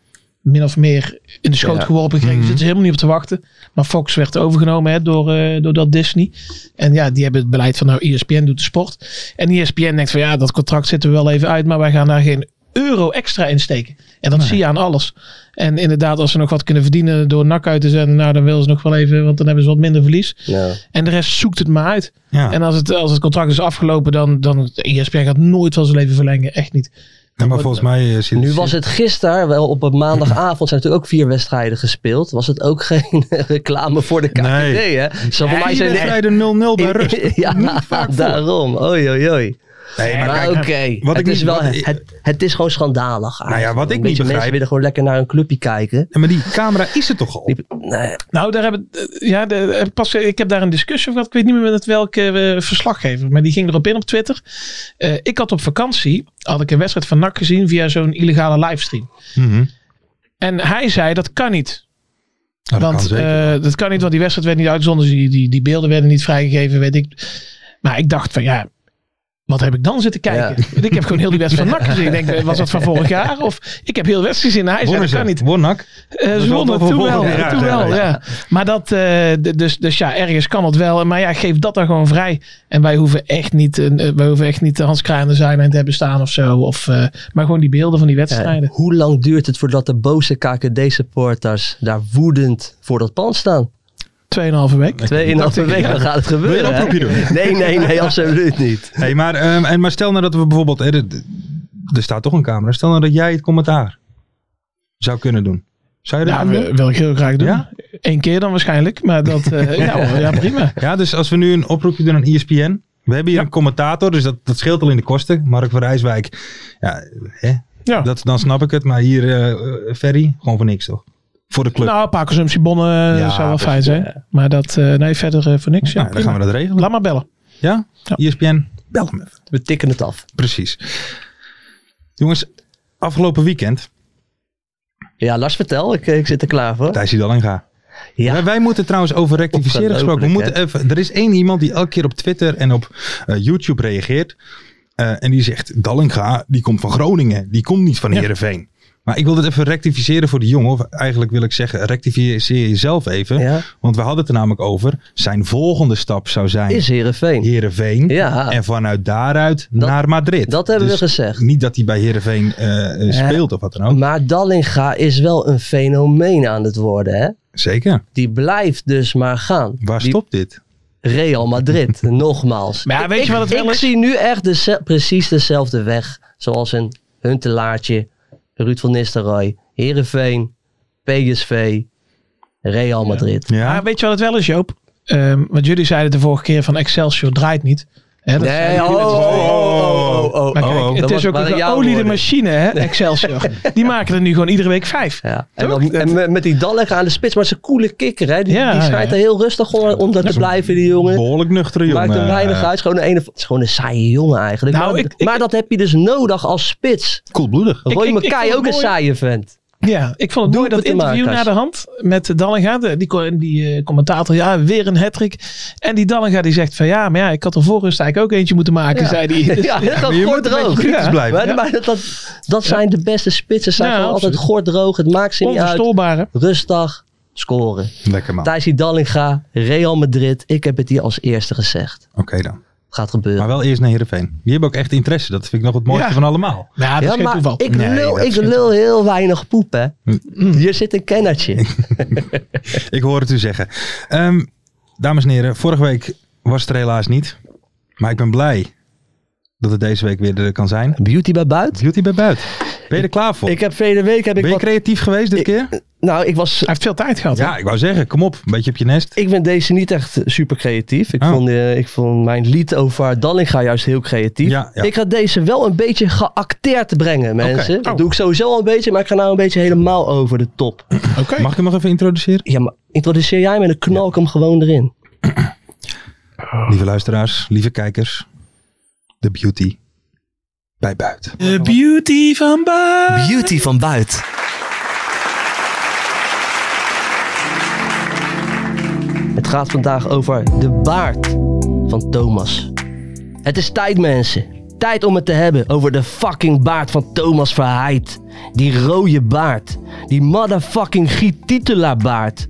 Speaker 4: min of meer in de schoot
Speaker 5: Ja.
Speaker 4: geworpen gekregen. Zitten ze helemaal niet op te wachten. Maar Fox werd overgenomen hè, door, eh, door dat Disney. En ja, die hebben het beleid van nou ESPN doet de sport. En E ESPN denkt van ja, dat contract zitten we wel even uit, maar wij gaan daar geen euro extra in steken. En dat zie je aan alles. En inderdaad, als ze nog wat kunnen verdienen door nak uit te zenden, nou dan willen ze nog wel even, want dan hebben ze wat minder verlies.
Speaker 5: Ja.
Speaker 4: En de rest zoekt het maar uit.
Speaker 3: Ja.
Speaker 4: En als het, als het contract is afgelopen, dan, dan ESPN gaat nooit van zijn leven verlengen. Echt niet.
Speaker 3: Ja, maar volgens mij... eh, zit-
Speaker 5: Nu was het gisteren, wel op een maandagavond zijn natuurlijk ook vier wedstrijden gespeeld. Was het ook geen reclame voor de KVB,
Speaker 3: Nee.
Speaker 5: hè? Zo voor mij
Speaker 3: Vier
Speaker 5: zijn de-
Speaker 3: wedstrijden 0-0 bij rust.
Speaker 5: ja, daarom. Oei, oei, oei.
Speaker 3: Nee, maar
Speaker 5: Maar,
Speaker 3: kijk,
Speaker 5: oké,
Speaker 3: wat
Speaker 5: het,
Speaker 3: ik
Speaker 5: is
Speaker 3: niet-
Speaker 5: wel-
Speaker 3: wat ik-
Speaker 5: het, het is gewoon schandalig. eigenlijk.
Speaker 3: Nou ja, wat ik
Speaker 5: Een
Speaker 3: niet
Speaker 5: beetje
Speaker 3: begrijp-
Speaker 5: Mensen willen gewoon lekker naar een clubje kijken.
Speaker 3: maar die camera is er toch al?
Speaker 5: Die- nee,
Speaker 4: Nou, daar hebben, eh, ja, de, eh, pas, ik heb daar een discussie over gehad. Ik weet niet meer met welke eh, verslaggever. Maar die ging erop in op Twitter. Eh, ik had op vakantie had ik een wedstrijd van NAC gezien via zo'n illegale livestream.
Speaker 3: Mhm.
Speaker 4: En hij zei dat kan niet.
Speaker 3: Nou, dat
Speaker 4: want
Speaker 3: kan zeker.
Speaker 4: eh, dat kan niet, want die wedstrijd werd niet uitgezonden. Dus die, die, die beelden werden niet vrijgegeven, weet ik. Maar ik dacht van ja, wat heb ik dan zitten kijken?
Speaker 5: Ja.
Speaker 4: Want ik heb gewoon heel die wedstrijd van NAC gezien. Ik denk, eh, was dat van vorig jaar? Of ik heb heel de wedstrijd gezien. Nou, Hij zei
Speaker 3: Wonnen
Speaker 4: dat
Speaker 3: ze.
Speaker 4: kan niet.
Speaker 3: Wonak.
Speaker 4: Eh,
Speaker 3: Dat
Speaker 4: ze
Speaker 3: is wel
Speaker 4: wonnen,
Speaker 3: voor
Speaker 4: toen wel.
Speaker 3: volgend jaar,
Speaker 4: toen
Speaker 3: ja,
Speaker 4: wel
Speaker 3: ja.
Speaker 4: ja. Maar dat, eh, d- dus, dus ja, ergens kan het wel. Maar ja, geef dat dan gewoon vrij. En wij hoeven echt niet, een- eh, wij hoeven echt niet de Hans Kraan de zijn te hebben staan of zo. Of, eh, maar gewoon die beelden van die
Speaker 5: eh,
Speaker 4: wedstrijden.
Speaker 5: hoe lang duurt het voordat de boze KKD-supporters daar woedend voor dat pand staan?
Speaker 4: Tweeënhalve week.
Speaker 5: Tweeënhalve week, dan gaat het gebeuren.
Speaker 3: Wil je een
Speaker 5: hè?
Speaker 3: oproepje doen?
Speaker 5: Nee, nee, nee, absoluut niet.
Speaker 3: Hey, maar, ehm, en, maar stel nou dat we bijvoorbeeld... eh, er- er staat toch een camera. Stel nou dat jij het commentaar zou kunnen doen. Zou je dat
Speaker 4: Ja,
Speaker 3: doen?
Speaker 4: wil, wil ik heel graag doen.
Speaker 3: Ja?
Speaker 4: Eén keer dan waarschijnlijk. Maar dat, eh, ja, hoor, ja, prima.
Speaker 3: Ja, dus als we nu een oproepje doen aan E ESPN. We hebben hier een commentator, dus dat, dat scheelt al in de kosten. Mark van Rijswijk. Ja, hè?
Speaker 4: Ja.
Speaker 3: Dat, dan snap ik het. Maar hier, eh, eh, Ferry, gewoon voor niks toch? Voor de club.
Speaker 4: Nou, een paar consumptiebonnen eh,
Speaker 3: Ja,
Speaker 4: zou wel
Speaker 3: dat-
Speaker 4: fijn zijn. Maar dat, eh, nee, verder eh, voor niks. Ja,
Speaker 3: Nou, dan
Speaker 4: prima.
Speaker 3: gaan we dat regelen.
Speaker 4: Laat maar bellen.
Speaker 3: ja? E
Speaker 4: Ja.
Speaker 3: ESPN, bel hem even.
Speaker 5: We tikken het af.
Speaker 3: Precies. Jongens, afgelopen weekend,
Speaker 5: Ja, Lars, vertel. Ik, ik zit er klaar voor.
Speaker 3: daar is hij dan aan gaan.
Speaker 5: Ja.
Speaker 3: Wij, wij moeten trouwens over rectificeren gesproken. We
Speaker 5: Ongelooflijk,
Speaker 3: moeten even, er is één iemand die elke keer op Twitter en op eh, YouTube reageert. Eh, en die zegt, Dallinga, die komt van Groningen. Die komt niet van Heerenveen. Maar ik wil dit even rectificeren voor die jongen. Of eigenlijk wil ik zeggen, rectificeer jezelf even.
Speaker 5: Ja.
Speaker 3: Want we hadden het er namelijk over. Zijn volgende stap zou zijn
Speaker 5: Is Heerenveen.
Speaker 3: Heerenveen.
Speaker 5: Ja.
Speaker 3: En vanuit daaruit
Speaker 5: Dat-
Speaker 3: naar Madrid. Dus
Speaker 5: dat hebben we gezegd.
Speaker 3: Niet dat hij bij Heerenveen eh, eh, speelt of wat dan ook.
Speaker 5: Maar Dallinga is wel een fenomeen aan het worden, hè?
Speaker 3: Zeker.
Speaker 5: Die blijft dus maar gaan.
Speaker 3: Waar
Speaker 5: Die
Speaker 3: stopt dit?
Speaker 5: Real Madrid, nogmaals.
Speaker 4: Maar ja, weet je
Speaker 5: ik,
Speaker 4: wat het wel
Speaker 5: ik
Speaker 4: is?
Speaker 5: zie nu echt deze- precies dezelfde weg. Zoals een Huntelaartje, Ruud van Nistelrooy, Heerenveen, PSV, Real Madrid.
Speaker 3: Ja.
Speaker 4: Maar Ah, weet je wat het wel is, Joop? Ehm, want jullie zeiden de vorige keer van Excelsior draait niet. Hè, dat zeiden
Speaker 5: Nee,
Speaker 4: jullie
Speaker 5: oh,
Speaker 4: net.
Speaker 5: oh, oh, oh, oh,
Speaker 4: Maar kijk,
Speaker 5: oh. Dat
Speaker 4: het
Speaker 5: was
Speaker 4: is ook
Speaker 5: maar
Speaker 4: een
Speaker 5: jouw
Speaker 4: geoliede
Speaker 5: woorden.
Speaker 4: machine, hè, Excelsior. Die maken er nu gewoon iedere week vijf.
Speaker 5: Ja. En, dan- en met, met die Dallinga aan de spits, maar ze coole kikker, hè? Die,
Speaker 4: Ja,
Speaker 5: die schijnt er heel rustig onder, onder te blijven, die jongen.
Speaker 3: Behoorlijk nuchtere jongen.
Speaker 5: Maakt hem weinig
Speaker 3: eh,
Speaker 5: uit. Is gewoon een, ene- het is gewoon een saaie jongen eigenlijk.
Speaker 4: Nou,
Speaker 5: maar,
Speaker 4: ik- ik-
Speaker 5: maar dat heb je dus nodig als spits.
Speaker 3: Koelbloedig.
Speaker 5: Roy
Speaker 4: ik- ik vond
Speaker 5: Mackay
Speaker 4: het
Speaker 5: ook een
Speaker 4: mooi-
Speaker 5: saaie vent.
Speaker 4: Ja, ik vond het
Speaker 5: Doe
Speaker 4: mooi dat
Speaker 5: het te
Speaker 4: interview
Speaker 5: maken,
Speaker 4: na de hand met Dallinga. De- Die, co- die eh, commentator, ja, weer een hattrick. En die Dallinga die zegt van ja, maar ja, ik had er voor rust eigenlijk ook eentje moeten maken, zei hij. Dus,
Speaker 5: Ja, gewoon
Speaker 3: je moet een beetje
Speaker 5: gordroog.
Speaker 3: kritisch
Speaker 5: Ja.
Speaker 3: blijven.
Speaker 5: Maar,
Speaker 3: Ja.
Speaker 5: maar dat, dat, dat zijn de beste spitsen. Ze zijn
Speaker 4: Ja,
Speaker 5: gewoon altijd gordroog. Het maakt ze niet uit.
Speaker 4: Onverstoorbaar, hè?
Speaker 5: Rustig. scoren.
Speaker 3: Lekker man. Oké
Speaker 5: Thijsie Dallinga, Real Madrid. Ik heb het hier als eerste gezegd.
Speaker 3: dan.
Speaker 5: Gaat gebeuren.
Speaker 3: Maar wel eerst naar Heerenveen. Die hebben ook echt interesse. Dat vind ik nog het mooiste
Speaker 4: Ja.
Speaker 3: van allemaal.
Speaker 4: Ja, dat is
Speaker 5: ja,
Speaker 4: geen
Speaker 5: maar
Speaker 4: toeval.
Speaker 5: ik
Speaker 3: Nee,
Speaker 5: lul,
Speaker 3: dat
Speaker 5: ik
Speaker 3: is geen Mm.
Speaker 5: lul heel weinig poep, hè. Hier zit een kennertje.
Speaker 3: Ik hoor het u zeggen. Ehm, dames en heren, vorige week was het er helaas niet. Maar ik ben blij dat het deze week weer er kan zijn.
Speaker 5: Beauty bij buiten.
Speaker 3: Beauty bij buiten. Ben je er klaar voor?
Speaker 5: Ik heb vele week heb ik
Speaker 3: ben je
Speaker 5: wat...
Speaker 3: creatief geweest dit
Speaker 5: Ik-
Speaker 3: keer?
Speaker 5: Nou, ik was...
Speaker 4: Hij heeft veel tijd gehad. hè?
Speaker 3: Ja, ik wou zeggen, kom op, een beetje op je nest.
Speaker 5: Ik ben deze niet echt eh, super creatief. Ik,
Speaker 3: Oh.
Speaker 5: vond, eh, ik vond mijn lied over Dallinga juist heel creatief.
Speaker 3: Ja, ja.
Speaker 5: Ik ga deze wel een beetje geacteerd brengen, mensen.
Speaker 4: Oh.
Speaker 5: Dat doe ik sowieso al een beetje, maar ik ga nou een beetje helemaal over de top.
Speaker 4: Oké.
Speaker 3: Mag ik hem nog even introduceren?
Speaker 5: Ja, maar introduceer jij me, dan knal ik hem gewoon erin.
Speaker 3: Lieve luisteraars, lieve kijkers. De beauty bij buiten.
Speaker 4: De beauty van Baar.
Speaker 5: Beauty van buiten. Het gaat vandaag over de baard van Thomas. Het is tijd, mensen. Tijd om het te hebben over de fucking baard van Thomas Verheid. Die rode baard. Die motherfucking Giet Titula baard.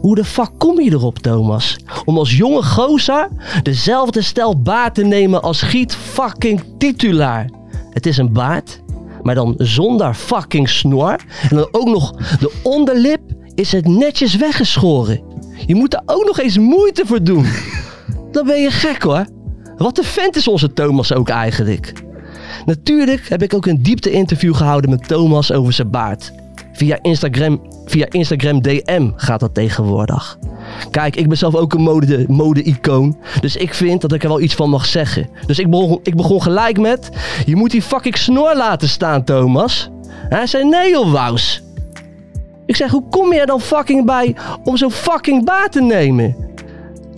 Speaker 5: Hoe de fuck kom je erop, Thomas? Om als jonge gozer dezelfde stijl baard te nemen als Giet fucking titulaar. Het is een baard, maar dan zonder fucking snor. En dan ook nog de onderlip is het netjes weggeschoren. Je moet daar ook nog eens moeite voor doen. Dan ben je gek hoor. Wat een vent is onze Thomas ook eigenlijk. Natuurlijk heb ik ook een diepte-interview gehouden met Thomas over zijn baard. Via Instagram, via Instagram DM gaat dat tegenwoordig. Kijk, ik ben zelf ook een mode- mode-icoon. dus ik vind dat ik er wel iets van mag zeggen. Dus ik begon, ik begon gelijk met... Je moet die fucking snor laten staan, Thomas. En hij zei, nee joh, Wous. Ik zeg, hoe kom je er dan fucking bij om zo'n fucking baard te nemen?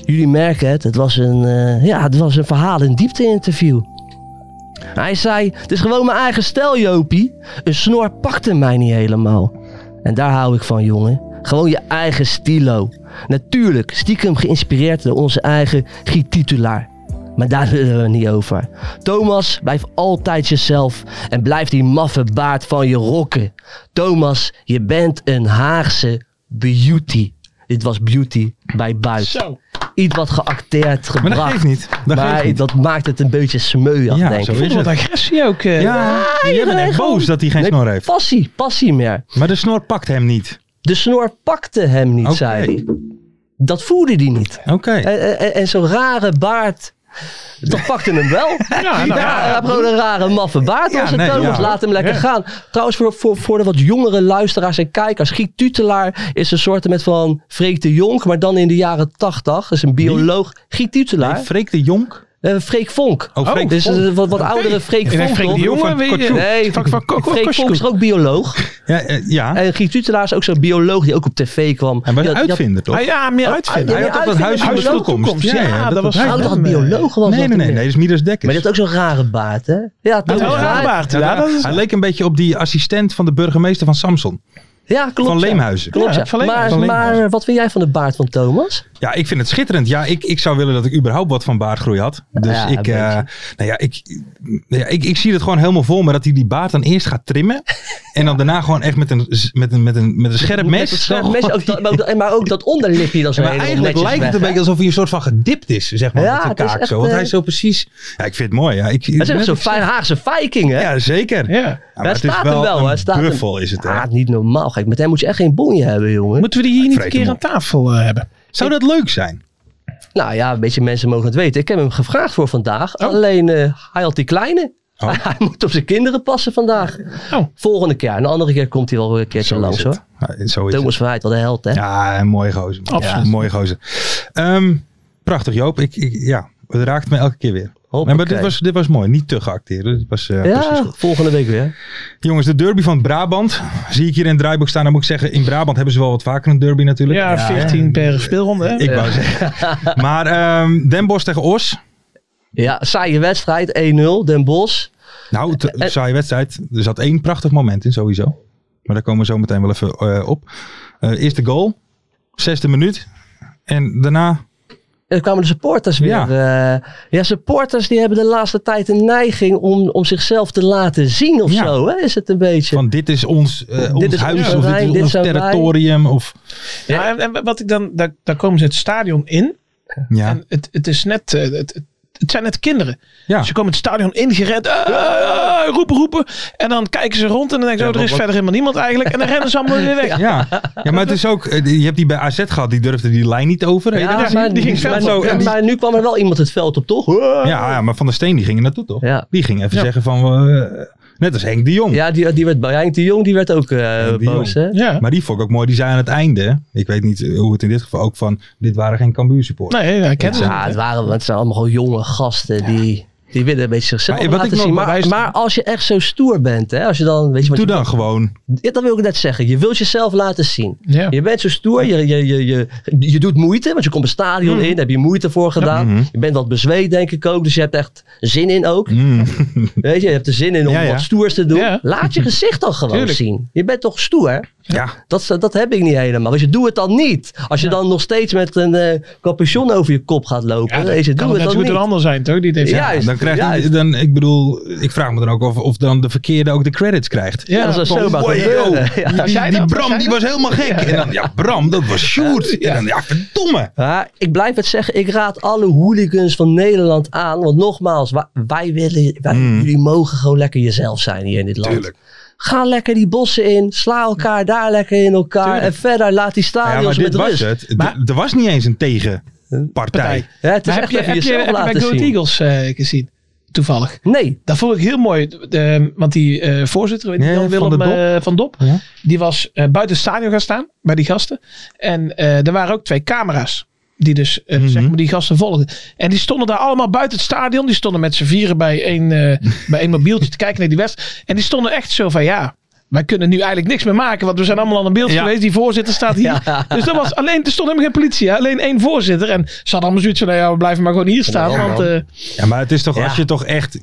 Speaker 5: Jullie merken het, het was een, eh, ja, het was een verhaal, een diepte-interview. Hij zei, het is gewoon mijn eigen stijl, Jopie. Een snor pakte mij niet helemaal. En daar hou ik van, jongen. Gewoon je eigen stilo. Natuurlijk, stiekem geïnspireerd door onze eigen Giet-titulaar. Maar daar willen we niet over. Thomas, blijf altijd jezelf en blijf die maffe baard van je rokken. Thomas, je bent een Haagse beauty. Dit was beauty bij buiten
Speaker 4: Zo.
Speaker 5: iets wat geacteerd gebracht.
Speaker 3: Maar dat geeft niet. Dat
Speaker 5: maar
Speaker 3: geeft niet.
Speaker 5: dat maakt het een beetje smeuig,
Speaker 3: Ja,
Speaker 5: denk
Speaker 3: zo is
Speaker 5: ik.
Speaker 4: Voelde
Speaker 3: het.
Speaker 4: wat agressie ook. eh.
Speaker 3: Ja, je bent
Speaker 5: nee,
Speaker 3: echt
Speaker 5: gewoon-
Speaker 3: boos dat hij geen
Speaker 5: Nee,
Speaker 3: snor heeft.
Speaker 5: Passie, passie meer.
Speaker 3: Maar de snor pakt hem niet.
Speaker 5: De snor pakte hem niet,
Speaker 3: Oké.
Speaker 5: zei hij. Dat voelde hij niet.
Speaker 3: Oké.
Speaker 5: En, en, en zo'n rare baard, dat pakte hem wel.
Speaker 4: Ja, nou,
Speaker 5: Ja, hij heeft gewoon een rare maffe baard
Speaker 3: Ja,
Speaker 5: als het
Speaker 3: nee,
Speaker 5: Thomas.
Speaker 3: ja.
Speaker 5: Laat hem lekker
Speaker 4: Ja.
Speaker 5: gaan. Trouwens, voor, voor, voor de wat jongere luisteraars en kijkers. Giet Tutelaar is een soort met van Freek de Jonk, maar dan in de jaren tachtig. is een bioloog. Giet Tutelaar.
Speaker 3: Nee, Freek de Jonk.
Speaker 5: Eh, Freek Vonk.
Speaker 3: Oh, Freek
Speaker 5: dus
Speaker 3: Vonk.
Speaker 5: eh, wat, wat
Speaker 3: Oké.
Speaker 5: oudere Freek
Speaker 4: En
Speaker 5: Vonk.
Speaker 4: Freek de
Speaker 5: toch?
Speaker 4: Jonge
Speaker 3: van
Speaker 4: weer. eh,
Speaker 3: Kortjoe.
Speaker 5: Nee,
Speaker 4: Van- van- van-
Speaker 5: Freek Vonk is ook bioloog.
Speaker 3: Ja, eh, ja.
Speaker 5: En Giet Tutelaar is ook zo'n bioloog die ook op tv kwam.
Speaker 3: hij was
Speaker 5: Die
Speaker 3: een
Speaker 5: had- die had-
Speaker 3: uitvinder, toch?
Speaker 4: Ah, ja, meer uitvinden.
Speaker 5: ja,
Speaker 3: hij had ook dat
Speaker 5: uitvinder
Speaker 3: huis van de
Speaker 5: van de
Speaker 3: toekomst.
Speaker 4: toekomst. Ja, dat was- eh,
Speaker 3: hij.
Speaker 5: Oh,
Speaker 4: Ja,
Speaker 5: dat
Speaker 4: maar-
Speaker 5: bioloog was
Speaker 3: Nee,
Speaker 5: dat
Speaker 3: nee, nee,
Speaker 5: toen.
Speaker 3: nee, dat is Midas Dekkers.
Speaker 5: Maar die had ook zo'n rare baard, hè? Ja,
Speaker 4: Dat
Speaker 5: toen
Speaker 4: is
Speaker 5: was
Speaker 4: wel
Speaker 5: hij-
Speaker 4: raar baard. Ja, dat is...
Speaker 3: Hij leek een beetje op die assistent van de burgemeester van Samson.
Speaker 5: Ja, klopt.
Speaker 3: van
Speaker 5: ja.
Speaker 3: Leemhuizen.
Speaker 5: Klopt,
Speaker 4: Ja,
Speaker 5: ja.
Speaker 4: van Leemhuizen.
Speaker 5: Maar,
Speaker 3: Van Leemhuizen.
Speaker 5: maar wat vind jij van de baard van Thomas?
Speaker 3: Ja, ik vind het schitterend. Ja, ik, ik zou willen dat ik überhaupt wat van baardgroei had. Dus
Speaker 5: Ja,
Speaker 3: ik,
Speaker 5: een
Speaker 3: eh, nou ja, ik, nou ja ik, ik zie het gewoon helemaal vol. Maar dat hij die baard dan eerst gaat trimmen. En dan daarna gewoon echt met een, met een, met een, met een scherp mes.
Speaker 5: Met het scherp mes, ook dat- maar, ook, dat- maar ook dat onderlipje dat zo
Speaker 3: maar
Speaker 5: helemaal
Speaker 3: eigenlijk
Speaker 5: netjes
Speaker 3: lijkt het een
Speaker 5: weg,
Speaker 3: beetje alsof hij een soort van gedipt is, zeg maar,
Speaker 5: Ja,
Speaker 3: met zijn
Speaker 5: het is
Speaker 3: kaak
Speaker 5: echt,
Speaker 3: zo. Want
Speaker 5: eh,
Speaker 3: hij is zo precies... Ja, ik vind het mooi. Ja, ik,
Speaker 5: hè? Dat is echt zo'n fijn Haagse viking, hè?
Speaker 3: Ja, zeker. Ja.
Speaker 4: Ja.
Speaker 3: maar het is
Speaker 5: staat hem
Speaker 3: wel,
Speaker 5: wel, hè?
Speaker 3: een
Speaker 5: Staat hem.
Speaker 3: buffel is het, hè?
Speaker 5: Ja, niet normaal. Gek. Met hem moet je echt geen bonje hebben, jongen.
Speaker 4: Moeten we die hier niet een
Speaker 3: vreet hem
Speaker 4: keer aan
Speaker 3: op.
Speaker 4: tafel eh, hebben?
Speaker 3: Zou dat leuk zijn?
Speaker 5: Nou ja, een beetje mensen mogen het weten. Ik heb hem gevraagd voor vandaag. Alleen eh, hij had die kleine.
Speaker 3: Oh.
Speaker 5: Hij moet op zijn kinderen passen vandaag.
Speaker 4: Oh.
Speaker 5: Volgende keer. Een andere keer komt hij wel weer een keertje
Speaker 3: Zo is
Speaker 5: langs
Speaker 3: het.
Speaker 5: hoor.
Speaker 3: Ja, zo is het.
Speaker 5: Thomas Verheid, wat een held hè.
Speaker 3: Ja, een mooie gozer.
Speaker 4: Absoluut.
Speaker 3: Ja, mooie gozer. Ehm, prachtig Joop. Ik, ik, ja, het raakt me elke keer weer.
Speaker 5: Hoppakee.
Speaker 3: Maar dit was, dit was mooi. Niet te geacteerd. Dit was, eh, precies
Speaker 5: Ja,
Speaker 3: goed.
Speaker 5: volgende week weer.
Speaker 3: Jongens, de derby van Brabant. Zie ik hier in het draaiboek staan. Dan moet ik zeggen, in Brabant hebben ze wel wat vaker een derby natuurlijk.
Speaker 4: Ja, 14 per speelronde. Hè?
Speaker 3: Ik wou zeggen. Maar ehm, Den Bosch tegen Os.
Speaker 5: Ja, saaie wedstrijd. 1-0, Den Bosch.
Speaker 3: Nou, te-
Speaker 5: Eh,
Speaker 3: saaie wedstrijd. Er zat één prachtig moment in sowieso. Maar daar komen we zo meteen wel even eh, op. Eh eerste goal. Zesde minuut. En daarna
Speaker 5: En dan kwamen de supporters weer.
Speaker 3: Ja.
Speaker 5: Ja, ja supporters die hebben de laatste tijd een neiging om, om zichzelf te laten zien of
Speaker 3: Ja.
Speaker 5: zo. Hè? Is het een beetje.
Speaker 3: Van dit is ons, eh, ons
Speaker 5: is
Speaker 3: huis
Speaker 5: ons
Speaker 3: of
Speaker 5: terrein,
Speaker 3: dit is
Speaker 5: dit
Speaker 3: ons
Speaker 5: zijn wij.
Speaker 3: territorium. Of,
Speaker 4: Ja, en, en wat ik dan, daar, daar komen ze het stadion in.
Speaker 3: ja.
Speaker 4: En het, het is net, eh, het, het- het zijn net kinderen.
Speaker 3: ja.
Speaker 4: Dus ze komen het stadion ingered, eh, eh, roepen, roepen. En dan kijken ze rond en dan denken ze,
Speaker 3: Ja,
Speaker 4: oh, er is
Speaker 3: maar
Speaker 4: verder helemaal niemand eigenlijk. En dan rennen ze allemaal weer weg.
Speaker 3: Ja. ja, maar het is ook, eh, die- je hebt die bij AZ gehad, die durfde die lijn niet over. Heb je dat
Speaker 5: Ja,
Speaker 3: gezien?
Speaker 5: maar,
Speaker 4: die ging
Speaker 5: maar-
Speaker 4: zelf zo,
Speaker 5: maar-
Speaker 4: en die-
Speaker 5: maar nu kwam er wel iemand het veld op, toch?
Speaker 3: ja, ja, maar Van der Steen die ging er naartoe toch?
Speaker 5: Ja.
Speaker 3: Die ging even
Speaker 4: Ja.
Speaker 3: zeggen van, eh, net als Henk de Jong.
Speaker 5: Ja, die, die werd Brian de Jong, die werd ook eh,
Speaker 3: Henk de
Speaker 5: boos.
Speaker 3: Jong.
Speaker 5: Hè?
Speaker 4: Ja.
Speaker 3: Maar die vond ik ook mooi, die zei aan het einde, ik weet niet eh, hoe het in dit geval ook van, dit waren geen Cambuur supporters.
Speaker 4: Nee, hij kent ze.
Speaker 5: Ja, het, waren, het zijn allemaal gewoon jonge gasten die, die willen een beetje zichzelf
Speaker 3: Maar wat
Speaker 5: laten
Speaker 3: ik nog
Speaker 5: zien. Maar,
Speaker 3: bewijs-
Speaker 5: maar als je echt zo stoer bent, hè, als je dan, weet je wat
Speaker 3: Doe
Speaker 5: je-
Speaker 3: dan gewoon.
Speaker 5: Ja, dat wil ik net zeggen. Je wilt jezelf laten zien.
Speaker 4: Ja.
Speaker 5: Je bent zo stoer, je, je, je, je, je doet moeite, want je komt een
Speaker 3: Mm.
Speaker 5: stadion in, daar heb je moeite voor gedaan.
Speaker 3: Mhm.
Speaker 5: Je bent wat bezweet, denk ik ook, dus je hebt echt zin in ook.
Speaker 3: Mm.
Speaker 5: Weet je, je hebt er zin in om
Speaker 3: Ja, ja.
Speaker 5: wat stoers te doen.
Speaker 4: Ja.
Speaker 5: Laat je gezicht dan gewoon
Speaker 4: Tuurlijk.
Speaker 5: zien. Je bent toch stoer?
Speaker 3: Ja,
Speaker 5: Dat, dat heb ik niet helemaal. Dus je doet het dan niet. Als je dan nog steeds met een eh capuchon over je kop gaat lopen,
Speaker 4: Ja,
Speaker 5: weet je, doe
Speaker 4: kan
Speaker 5: het
Speaker 4: het net zo
Speaker 5: dan
Speaker 4: goed
Speaker 5: niet.
Speaker 4: een ander zijn, toch? Die het heeft
Speaker 5: Ja, juist,
Speaker 3: dan krijgt
Speaker 5: juist.
Speaker 3: hij, dan, ik bedoel, ik vraag me dan ook af of dan de verkeerde ook de credits krijgt.
Speaker 4: Ja,
Speaker 5: Ja, dat is
Speaker 3: Van,
Speaker 5: zomaar
Speaker 3: wow,
Speaker 5: gebeuren. Ja.
Speaker 3: Die,
Speaker 4: Was
Speaker 3: die,
Speaker 4: jij
Speaker 3: die
Speaker 4: dat? Was
Speaker 3: Bram
Speaker 4: jij
Speaker 3: die
Speaker 4: dat?
Speaker 3: was helemaal gek. En dan, ja, Bram, dat was Sjoerd. En dan, ja, verdomme.
Speaker 5: Maar ik blijf het zeggen, ik raad alle hooligans van Nederland aan. Want nogmaals, wa- wij willen, wij,
Speaker 4: Hmm.
Speaker 3: Mm.
Speaker 5: jullie mogen gewoon lekker jezelf zijn hier in dit land.
Speaker 3: Tuurlijk.
Speaker 5: Ga lekker die bossen in, sla elkaar daar lekker in elkaar. En verder laat Ah, die
Speaker 3: Ja,
Speaker 5: stadions
Speaker 3: maar dit
Speaker 5: met
Speaker 3: was
Speaker 5: rust.
Speaker 3: het. D-
Speaker 4: Maar-
Speaker 3: er was niet eens een tegenpartij.
Speaker 4: Partij.
Speaker 5: Ja, het is
Speaker 4: Maar heb
Speaker 5: echt
Speaker 4: je,
Speaker 5: even
Speaker 4: heb je,
Speaker 5: jezelf
Speaker 4: heb je
Speaker 5: laten
Speaker 4: bij Go Ahead
Speaker 5: zien.
Speaker 4: Eagles eh, gezien? Toevallig.
Speaker 5: Nee,
Speaker 4: Dat vond ik heel mooi, eh, want die eh, voorzitter, weet je
Speaker 3: Ja,
Speaker 4: wel,
Speaker 3: Van
Speaker 4: Willem
Speaker 3: der Dop.
Speaker 4: eh, van Dop,
Speaker 3: Ja.
Speaker 4: die was eh, buiten het stadion gaan staan bij die gasten. En eh, er waren ook twee camera's die dus eh,
Speaker 3: Mhm.
Speaker 4: zeg maar die gasten volgden. En die stonden daar allemaal buiten het stadion. Die stonden met z'n vieren bij één, eh, bij één mobieltje te kijken naar die wedstrijd. En die stonden echt zo van ja. Wij kunnen nu eigenlijk niks meer maken, want we zijn allemaal aan een beeld
Speaker 3: Ja.
Speaker 4: geweest. Die voorzitter staat hier. Dus dat was alleen, er stond helemaal geen politie, hè? alleen één voorzitter. En ze hadden allemaal zoiets van: nou ja, we blijven maar gewoon hier staan. want eh,
Speaker 3: Ja, maar het is toch,
Speaker 5: Ja.
Speaker 3: als je toch echt...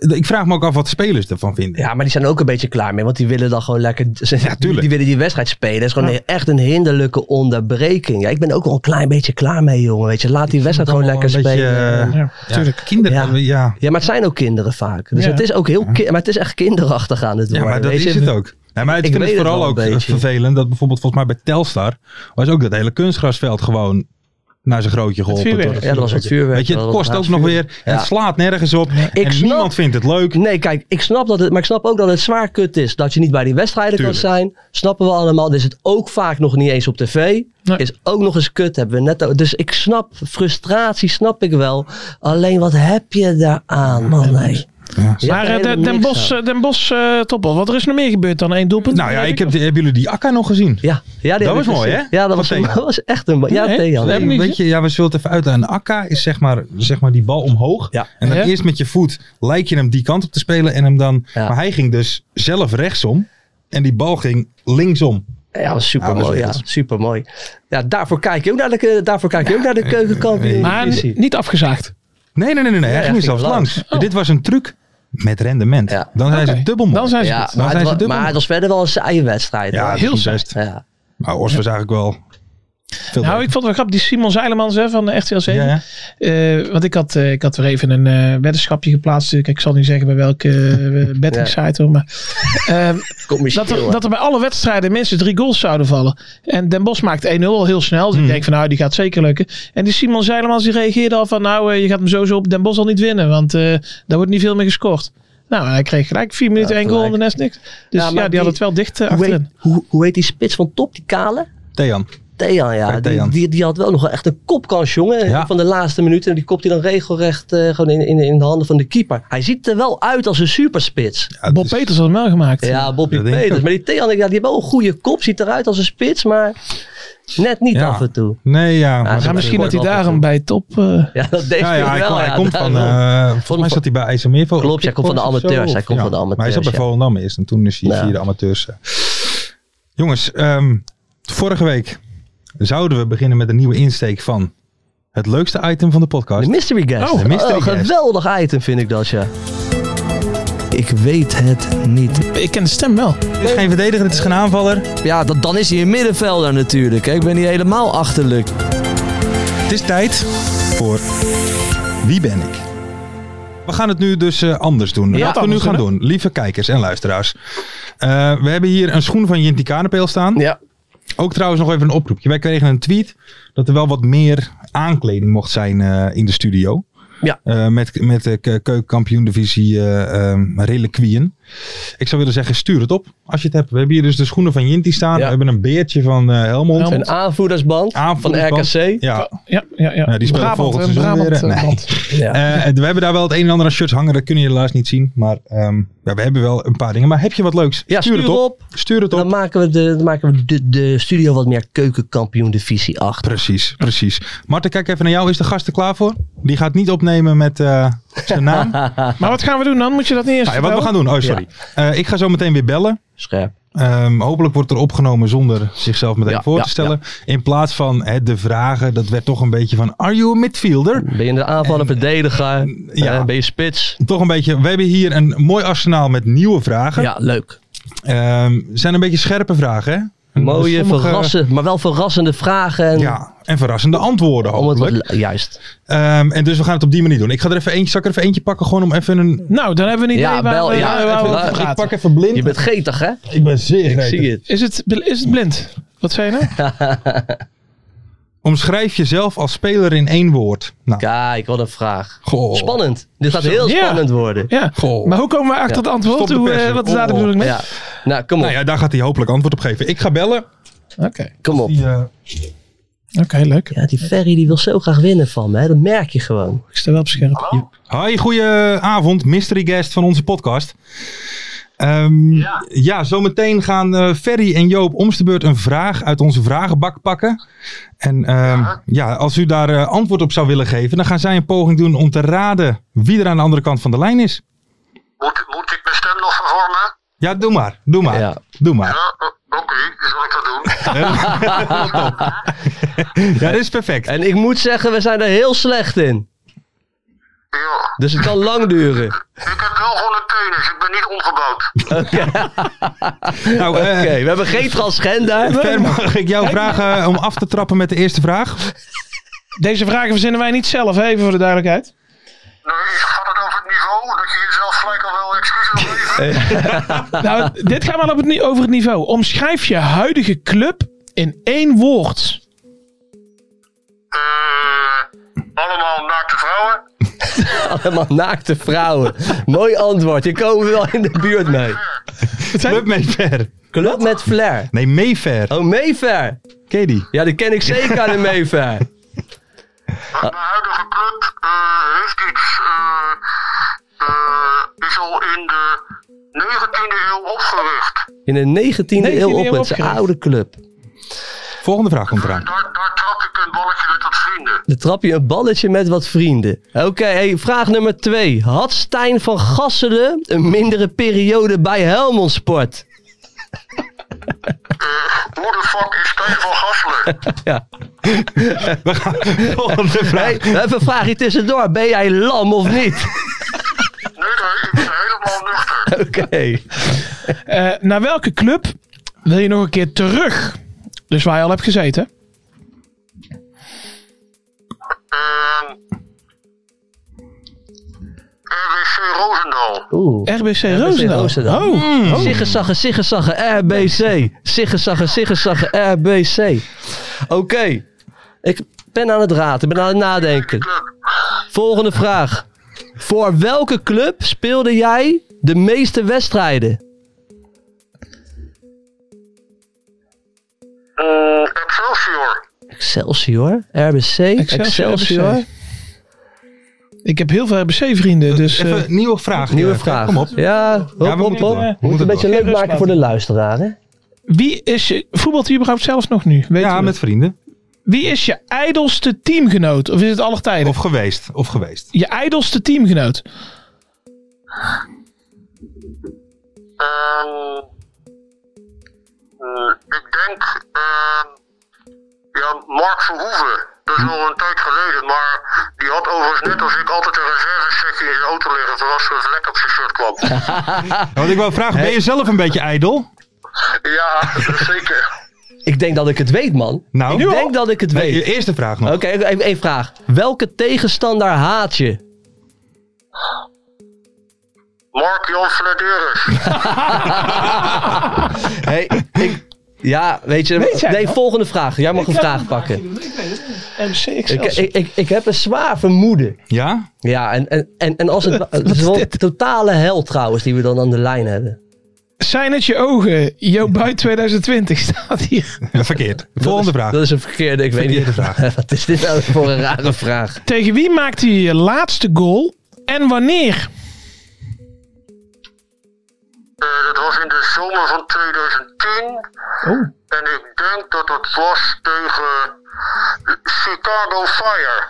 Speaker 3: Ik vraag me ook af wat de spelers ervan vinden.
Speaker 5: ja, maar die zijn er ook een beetje klaar mee. Want die willen dan gewoon lekker...
Speaker 3: tuurlijk.
Speaker 5: Die willen die wedstrijd spelen. Het is gewoon een- echt een hinderlijke onderbreking. Ja, ik ben er ook wel een klein beetje klaar mee, jongen. Weet je. Laat die wedstrijd gewoon
Speaker 3: Allemaal
Speaker 5: lekker
Speaker 3: een beetje,
Speaker 5: spelen.
Speaker 3: eh,
Speaker 4: Ja,
Speaker 3: ja, Kinderen, ja.
Speaker 5: Ja.
Speaker 3: ja.
Speaker 5: Ja, maar het zijn ook kinderen vaak. Dus
Speaker 4: Ja.
Speaker 5: het is ook heel ki- maar het is echt kinderachtig aan het
Speaker 3: Ja,
Speaker 5: worden.
Speaker 3: maar dat
Speaker 5: weet
Speaker 3: is
Speaker 5: je.
Speaker 3: het ook. Nee, maar ik
Speaker 5: Ik
Speaker 3: vind het
Speaker 5: weet het
Speaker 3: vooral
Speaker 5: wel
Speaker 3: ook eh,
Speaker 5: een beetje.
Speaker 3: vervelend dat bijvoorbeeld volgens mij bij Telstar was ook dat hele kunstgrasveld gewoon naar zijn grootje geholpen.
Speaker 4: vuurwerk.
Speaker 3: toch?
Speaker 5: Ja, dat was het vuurwerk.
Speaker 3: Weet je,
Speaker 5: Dat
Speaker 3: het
Speaker 5: was
Speaker 3: kost ook
Speaker 5: haast
Speaker 3: nog
Speaker 5: vuurwerk.
Speaker 3: weer,
Speaker 5: Ja.
Speaker 3: het slaat nergens op en
Speaker 5: snap-
Speaker 3: niemand vindt het leuk.
Speaker 5: Nee, kijk, ik snap dat het, maar ik snap ook dat het zwaar kut is. Dat je niet bij die wedstrijden
Speaker 3: Tuurlijk.
Speaker 5: kan zijn. Snappen we allemaal. Er is het ook vaak nog niet eens op tv.
Speaker 4: Nee.
Speaker 5: Is ook nog eens kut. Hebben we net, o- dus ik snap, frustratie snap ik wel. Alleen wat heb je daaraan, man? Nee. Je hebt
Speaker 4: Maar
Speaker 5: er
Speaker 4: eh,
Speaker 5: helemaal
Speaker 4: Den, Den
Speaker 5: niks
Speaker 4: Bos,
Speaker 5: aan.
Speaker 4: eh, Den Bos eh, toppel, wat er is nog meer gebeurd dan één doelpunt?
Speaker 3: Nou ja,
Speaker 4: Begrijp
Speaker 3: ik heb, hebben jullie die Akka nog gezien?
Speaker 5: Ja, ja,
Speaker 3: eh,
Speaker 5: die
Speaker 3: Dat
Speaker 5: heb
Speaker 3: was
Speaker 5: ik
Speaker 3: mooi,
Speaker 5: gezien.
Speaker 3: hè?
Speaker 5: Ja, dat was,
Speaker 3: Van Thean.
Speaker 5: was echt een mooi. Ja,
Speaker 4: Nee,
Speaker 5: Thean.
Speaker 4: dat heb ik niet
Speaker 3: Weet je, ja, we zullen het even uit. Een akka is zeg maar, zeg maar die bal omhoog.
Speaker 5: Ja.
Speaker 3: En dan
Speaker 4: Ja.
Speaker 3: eerst met je voet lijk je hem die kant op te spelen. En hem dan,
Speaker 5: Ja.
Speaker 3: Maar hij ging dus zelf rechtsom. En die bal ging linksom.
Speaker 5: Ja, was super
Speaker 3: Ja, dat
Speaker 5: mooi.
Speaker 3: is
Speaker 5: Ja,
Speaker 3: goed.
Speaker 5: super mooi. Ja, daarvoor kijk je ook naar de, ke- daarvoor kijk je ook naar de keukenkampioen.
Speaker 4: Maar n- niet afgezaagd.
Speaker 3: Nee, nee, nee, nee. nee. hij
Speaker 5: hij
Speaker 3: ging
Speaker 5: ging
Speaker 3: zelfs
Speaker 5: langs. Oh.
Speaker 3: langs. Dit was een truc met rendement.
Speaker 5: Ja.
Speaker 3: Dan zijn
Speaker 4: Oké.
Speaker 3: ze dubbelman.
Speaker 4: Dan zijn ze
Speaker 5: ja,
Speaker 4: goed.
Speaker 3: Dan
Speaker 5: maar,
Speaker 3: zijn ze
Speaker 5: het was,
Speaker 3: dubbel.
Speaker 5: maar het was verder wel een saaie wedstrijd.
Speaker 3: ja,
Speaker 5: hoor.
Speaker 3: dat
Speaker 4: heel
Speaker 3: is niet
Speaker 4: saai.
Speaker 3: best.
Speaker 5: ja.
Speaker 3: Maar Ors was eigenlijk wel veel
Speaker 4: Nou,
Speaker 3: leuk.
Speaker 4: ik vond het wel grappig. Die Simon Zeilemans hè, van de RTLC.
Speaker 3: Ja, ja.
Speaker 4: Eh, want ik had, eh, ik had weer even een eh, weddenschapje geplaatst. Kijk, ik zal niet zeggen bij welke eh, betting site hoor. Maar, ehm,
Speaker 5: Kom eens
Speaker 4: dat,
Speaker 5: hier,
Speaker 4: er,
Speaker 5: hoor.
Speaker 4: dat er bij alle wedstrijden minstens drie goals zouden vallen. En Den Bos maakt 1-0 al heel snel.
Speaker 5: Hmm.
Speaker 4: Dus ik denk van nou, die gaat zeker lukken. En die Simon Zeilemans die reageerde al van nou, eh, je gaat hem sowieso op Den Bos al niet winnen. Want eh, daar wordt niet veel meer gescoord. Nou, en hij kreeg gelijk vier minuten
Speaker 5: Ja,
Speaker 4: één goal en de
Speaker 5: gelijk.
Speaker 4: rest niks. Dus
Speaker 5: Ja,
Speaker 4: ja,
Speaker 5: maar
Speaker 4: die,
Speaker 5: die-
Speaker 4: had het wel dicht eh,
Speaker 5: hoe, heet,
Speaker 4: achterin.
Speaker 5: hoe, hoe heet die spits van top, die kale?
Speaker 3: Thean.
Speaker 5: Thean, ja.
Speaker 3: Frank
Speaker 5: Die,
Speaker 3: Thean.
Speaker 5: die, die had wel nog echt een kopkans, jongen.
Speaker 3: Ja.
Speaker 5: Van de laatste minuut. En die kopt hij dan regelrecht eh, gewoon in, in, in de handen van de keeper. Hij ziet er wel uit als een superspits.
Speaker 3: Ja, het
Speaker 4: Bob
Speaker 3: is-
Speaker 4: Peters had hem wel gemaakt.
Speaker 5: dus- Ja, Bobby
Speaker 3: dat denk ik
Speaker 5: Peters.
Speaker 3: ook.
Speaker 5: Maar die Thean, ja, die heeft wel een goede kop. Ziet eruit als een spits, maar net niet
Speaker 3: Ja.
Speaker 5: af en toe.
Speaker 3: Nee, ja.
Speaker 5: Ja,
Speaker 3: maar-
Speaker 5: ze-
Speaker 4: Maar misschien dat hij
Speaker 5: Wordt wel
Speaker 4: daarom
Speaker 5: goed.
Speaker 4: bij top... eh,
Speaker 5: Ja, dat denk
Speaker 3: Ja,
Speaker 5: ik
Speaker 3: ja, hij,
Speaker 5: wel.
Speaker 3: kwam- hij
Speaker 5: ja,
Speaker 3: komt van.
Speaker 5: daarom.
Speaker 3: eh, volgens mij
Speaker 5: van-
Speaker 3: zat hij bij IJsselmeerveld.
Speaker 5: Klopt, hij komt van de amateurs, hij komt van de
Speaker 3: Maar hij zat
Speaker 5: amateurs,
Speaker 3: bij
Speaker 5: ja.
Speaker 3: Volendam eerst en toen is hij
Speaker 5: Ja.
Speaker 3: via de amateurs. eh. Jongens, ehm, vorige week zouden we beginnen met een nieuwe insteek van het leukste item van de podcast.
Speaker 5: De mystery guest.
Speaker 3: Oh, de mystery guest.
Speaker 5: geweldig item vind ik dat, ja. Ik weet het niet.
Speaker 4: eh, Ik ken de stem wel.
Speaker 3: Het is geen verdediger, het is geen aanvaller.
Speaker 6: Ja, dat, dan is hij een middenvelder natuurlijk. Hè? Ik ben niet helemaal achterlijk.
Speaker 3: Het is tijd voor Wie ben ik? We gaan het nu dus eh, anders doen.
Speaker 4: Ja,
Speaker 3: Wat we nu
Speaker 4: anders
Speaker 3: gaan
Speaker 4: doen,
Speaker 3: doen, lieve kijkers en luisteraars. Eh, we hebben hier een schoen van Jinti Kanepeel staan.
Speaker 4: Ja.
Speaker 3: Ook trouwens nog even een oproepje. Wij kregen een tweet dat er wel wat meer aankleding mocht zijn eh, in de studio.
Speaker 4: Ja.
Speaker 3: Eh, met met de keukenkampioen divisie ehm, reliquieën. Ik zou willen zeggen, stuur het op als je het hebt. We hebben hier dus de schoenen van Jinti staan.
Speaker 5: Ja.
Speaker 3: We hebben een beertje van eh, Helmond.
Speaker 4: Helmond.
Speaker 5: Een aanvoerdersband,
Speaker 3: Aanvoerdersband.
Speaker 5: van RKC.
Speaker 3: Ja.
Speaker 4: Ja, ja, ja.
Speaker 3: Ja, die speelt
Speaker 4: Brabant,
Speaker 3: volgend
Speaker 4: hè,
Speaker 3: seizoen
Speaker 4: Brabant,
Speaker 3: weer, hè?
Speaker 4: eh,
Speaker 3: Nee.
Speaker 4: land.
Speaker 5: Ja.
Speaker 3: Eh, we hebben daar wel het een en ander aan shirts hangen. Dat kunnen jullie helaas niet zien. Maar ehm, ja, we hebben wel een paar dingen. Maar heb je wat leuks?
Speaker 5: Ja, stuur op.
Speaker 3: Stuur het op.
Speaker 5: Dan maken we, de, dan maken we de, de studio wat meer keukenkampioen divisie achter.
Speaker 3: Precies, precies. Marten, kijk even naar jou. Is de gast er klaar voor? Die gaat niet opnemen met eh, zijn naam. Nou
Speaker 4: Maar wat gaan we doen dan? Moet je dat niet eerst
Speaker 5: Ah,
Speaker 3: ja, wat we
Speaker 4: vertellen?
Speaker 3: gaan doen. Oh, sorry. Eh, ik ga zo meteen weer bellen.
Speaker 5: Scherp.
Speaker 3: Ehm, hopelijk wordt er opgenomen zonder zichzelf meteen
Speaker 5: Ja,
Speaker 3: voor te
Speaker 5: ja,
Speaker 3: stellen. In plaats van hè, de vragen, dat werd toch een beetje van: Are you a midfielder?
Speaker 5: Ben je de aanvaller, verdediger?
Speaker 3: ja.
Speaker 5: Eh, ben je spits?
Speaker 3: Toch een beetje. We hebben hier een mooi arsenaal met nieuwe vragen.
Speaker 5: Ja, leuk.
Speaker 3: Ehm, zijn een beetje scherpe vragen, hè? En
Speaker 5: Mooie,
Speaker 3: sommige-
Speaker 5: verrassen, maar wel verrassende vragen. En
Speaker 3: Ja, Oh, en verrassende antwoorden
Speaker 5: om het wat,
Speaker 3: hopelijk.
Speaker 5: le- juist.
Speaker 3: Ehm, en dus we gaan het op die manier doen. Ik ga er even eentje, zal ik er even eentje pakken, gewoon om even een...
Speaker 4: Nou, dan hebben we een idee
Speaker 5: Ja,
Speaker 4: waar
Speaker 5: bel-
Speaker 4: we,
Speaker 5: ja,
Speaker 4: waar we
Speaker 5: even-
Speaker 4: over
Speaker 5: ik
Speaker 4: praten.
Speaker 3: Ik pak even blind.
Speaker 5: Je bent getig, hè?
Speaker 3: Ik ben zeer
Speaker 5: Ik
Speaker 3: gretig.
Speaker 5: zie het.
Speaker 4: Is het, bl- is het blind? Wat zei je nou?
Speaker 3: Omschrijf jezelf als speler in één woord. Nou,
Speaker 5: Kijk, wat een vraag.
Speaker 3: goh.
Speaker 5: Spannend. Dit gaat heel
Speaker 4: Ja.
Speaker 5: spannend worden.
Speaker 4: Ja.
Speaker 3: Goh.
Speaker 4: Maar hoe komen we
Speaker 5: Ja.
Speaker 4: achter het antwoord?
Speaker 3: Stop de
Speaker 4: Hoe,
Speaker 3: pers,
Speaker 4: eh,
Speaker 3: joh.
Speaker 4: wat is daar de
Speaker 3: Oh.
Speaker 4: bedoeling mee?
Speaker 5: Ja. Nou, kom op.
Speaker 3: Nou ja, daar gaat hij hopelijk antwoord op geven. Ik ga bellen.
Speaker 4: Oké,
Speaker 5: Kom op.
Speaker 3: Die, eh,
Speaker 4: oké, leuk.
Speaker 5: Ja, die Ferry die wil zo graag winnen van me. Hè? Dat merk je gewoon.
Speaker 4: Ik sta wel op scherp.
Speaker 3: Hoi, goedenavond, mystery guest van onze podcast. Ehm, ja. zometeen gaan eh, Ferry en Joop om de beurt een vraag uit onze vragenbak pakken. En ehm, ja. als u daar eh, antwoord op zou willen geven, dan gaan zij een poging doen om te raden wie er aan de andere kant van de lijn is.
Speaker 6: Moet, moet ik mijn stem nog vervormen?
Speaker 3: Ja, doe maar, doe maar,
Speaker 5: Ja.
Speaker 3: doe maar.
Speaker 6: Ja, eh, o- oké, zal ik dat doen?
Speaker 3: Ja, dit is perfect.
Speaker 5: En ik moet zeggen, we zijn er heel slecht in.
Speaker 6: Ja.
Speaker 5: Dus het kan lang duren.
Speaker 6: Ik heb wel gewoon een penis, ik ben niet ongebouwd.
Speaker 3: Nou,
Speaker 5: Oké,
Speaker 3: eh,
Speaker 5: we hebben geen transgender.
Speaker 3: Fer, mag ik jou vragen eh, om af te trappen met de eerste vraag?
Speaker 4: Deze vragen verzinnen wij niet zelf, hè, even voor de duidelijkheid.
Speaker 6: Nee, gaat het over het niveau? Dat je jezelf gelijk al wel excuses wil geven?
Speaker 4: Nou, dit gaat wel op het, ni- over het niveau. Omschrijf je huidige club in één woord.
Speaker 6: Eh, allemaal naakte vrouwen?
Speaker 5: Allemaal naakte vrouwen. Mooi antwoord. Je komen we wel in de buurt mee.
Speaker 3: Club Mayfair.
Speaker 5: Club met flair.
Speaker 3: Nee, Mayfair.
Speaker 5: Oh, Mayfair.
Speaker 3: Ken je die?
Speaker 5: Ja, die ken ik zeker, de Mayfair.
Speaker 6: Mijn huidige club eh, heeft iets... eh, eh, is al in de 19e eeuw opgericht.
Speaker 5: In de 19e, eeuw
Speaker 4: 19e
Speaker 5: op. Het is een
Speaker 4: opgericht.
Speaker 5: oude club.
Speaker 3: Volgende vraag komt eraan.
Speaker 6: Daar, daar trap ik een balletje met wat vrienden.
Speaker 5: Dan trap je een balletje met wat vrienden. Oké, hey, vraag nummer 2. Had Stijn van Gasselen een mindere periode bij Helmond Sport?
Speaker 6: Hoe de fuck is Stijn van Gasselen?
Speaker 3: We gaan volgende vraag.
Speaker 5: Hey, even een vraagje tussendoor. Ben jij lam of niet?
Speaker 6: Nee, nee, ik ben helemaal nuchter.
Speaker 5: Oké.
Speaker 4: Eh, naar welke club wil je nog een keer terug? Dus waar je al hebt gezeten.
Speaker 6: Ehm RWC Roosendaal.
Speaker 5: Oeh.
Speaker 4: RBC, Roosendaal.
Speaker 5: Roosendaal.
Speaker 4: Oh,
Speaker 3: Hmm.
Speaker 5: Siggezaggen, siggezaggen, RBC. Siggezaggen, siggezaggen, RBC. Oké. Ik ben aan het raden, ik ben aan het nadenken. Volgende vraag. Voor welke club speelde jij de meeste wedstrijden?
Speaker 6: Eh, Excelsior.
Speaker 5: Excelsior, RBC, Excelsior.
Speaker 4: RBC. Ik heb heel veel RBC-vrienden, dus... eh,
Speaker 3: Even een nieuwe vraag.
Speaker 5: Nieuwe
Speaker 3: Eh,
Speaker 5: vraag.
Speaker 3: Kom op.
Speaker 5: Ja, hop,
Speaker 3: Ja, we
Speaker 5: hop,
Speaker 3: moeten door. We
Speaker 5: hop. We
Speaker 3: moeten
Speaker 5: moeten een beetje
Speaker 3: door.
Speaker 5: leuk maken voor de luisteraar, hè?
Speaker 4: wie is je... Voetbalt u überhaupt zelf nog nu? Weet
Speaker 3: Ja,
Speaker 4: u
Speaker 3: met
Speaker 4: dat?
Speaker 3: vrienden.
Speaker 4: Wie is je ijdelste teamgenoot? Of is het alle tijden?
Speaker 3: Of geweest. Of geweest.
Speaker 4: je ijdelste teamgenoot.
Speaker 6: Ehm, eh, ik denk, ehm, ja, Mark Verhoeven. Dat is al een tijd geleden, maar die had overigens net als ik altijd een reservesetje in zijn auto liggen voor als er een vlek op zijn shirt kwam.
Speaker 3: Ja, Want ik wou vragen, ben je zelf een beetje ijdel?
Speaker 6: ja, zeker.
Speaker 5: Ik denk dat ik het weet, man.
Speaker 3: Nou,
Speaker 5: ik denk dat ik het
Speaker 3: Nee,
Speaker 5: weet.
Speaker 3: je eerste vraag nog.
Speaker 5: Oké, even even één vraag. Welke tegenstander haat je?
Speaker 6: Mark Jan Flederis.
Speaker 5: Hey, ik, ja, weet je.
Speaker 4: Weet jij
Speaker 5: nee,
Speaker 4: dat?
Speaker 5: volgende vraag. Jij mag een vraag pakken.
Speaker 4: MC
Speaker 5: Ik,
Speaker 4: Excelsior.
Speaker 5: ik, ik, ik heb een zwaar vermoeden.
Speaker 3: Ja?
Speaker 5: Ja, en, en, en, en als het. Het is wel een totale hel trouwens die we dan aan de lijn hebben.
Speaker 4: Zijn het je ogen? Jo, buiten 2020 staat hier.
Speaker 3: Verkeerd. Volgende
Speaker 5: Dat is-
Speaker 3: vraag.
Speaker 5: Dat is een verkeerde, ik
Speaker 3: Verkeerde
Speaker 5: weet niet. Wat is dit nou voor een rare vraag?
Speaker 4: Tegen wie maakte hij je laatste goal en wanneer?
Speaker 6: Eh, dat was in de zomer van 2010.
Speaker 5: Oh.
Speaker 6: En ik denk dat dat was tegen eh, Chicago Fire.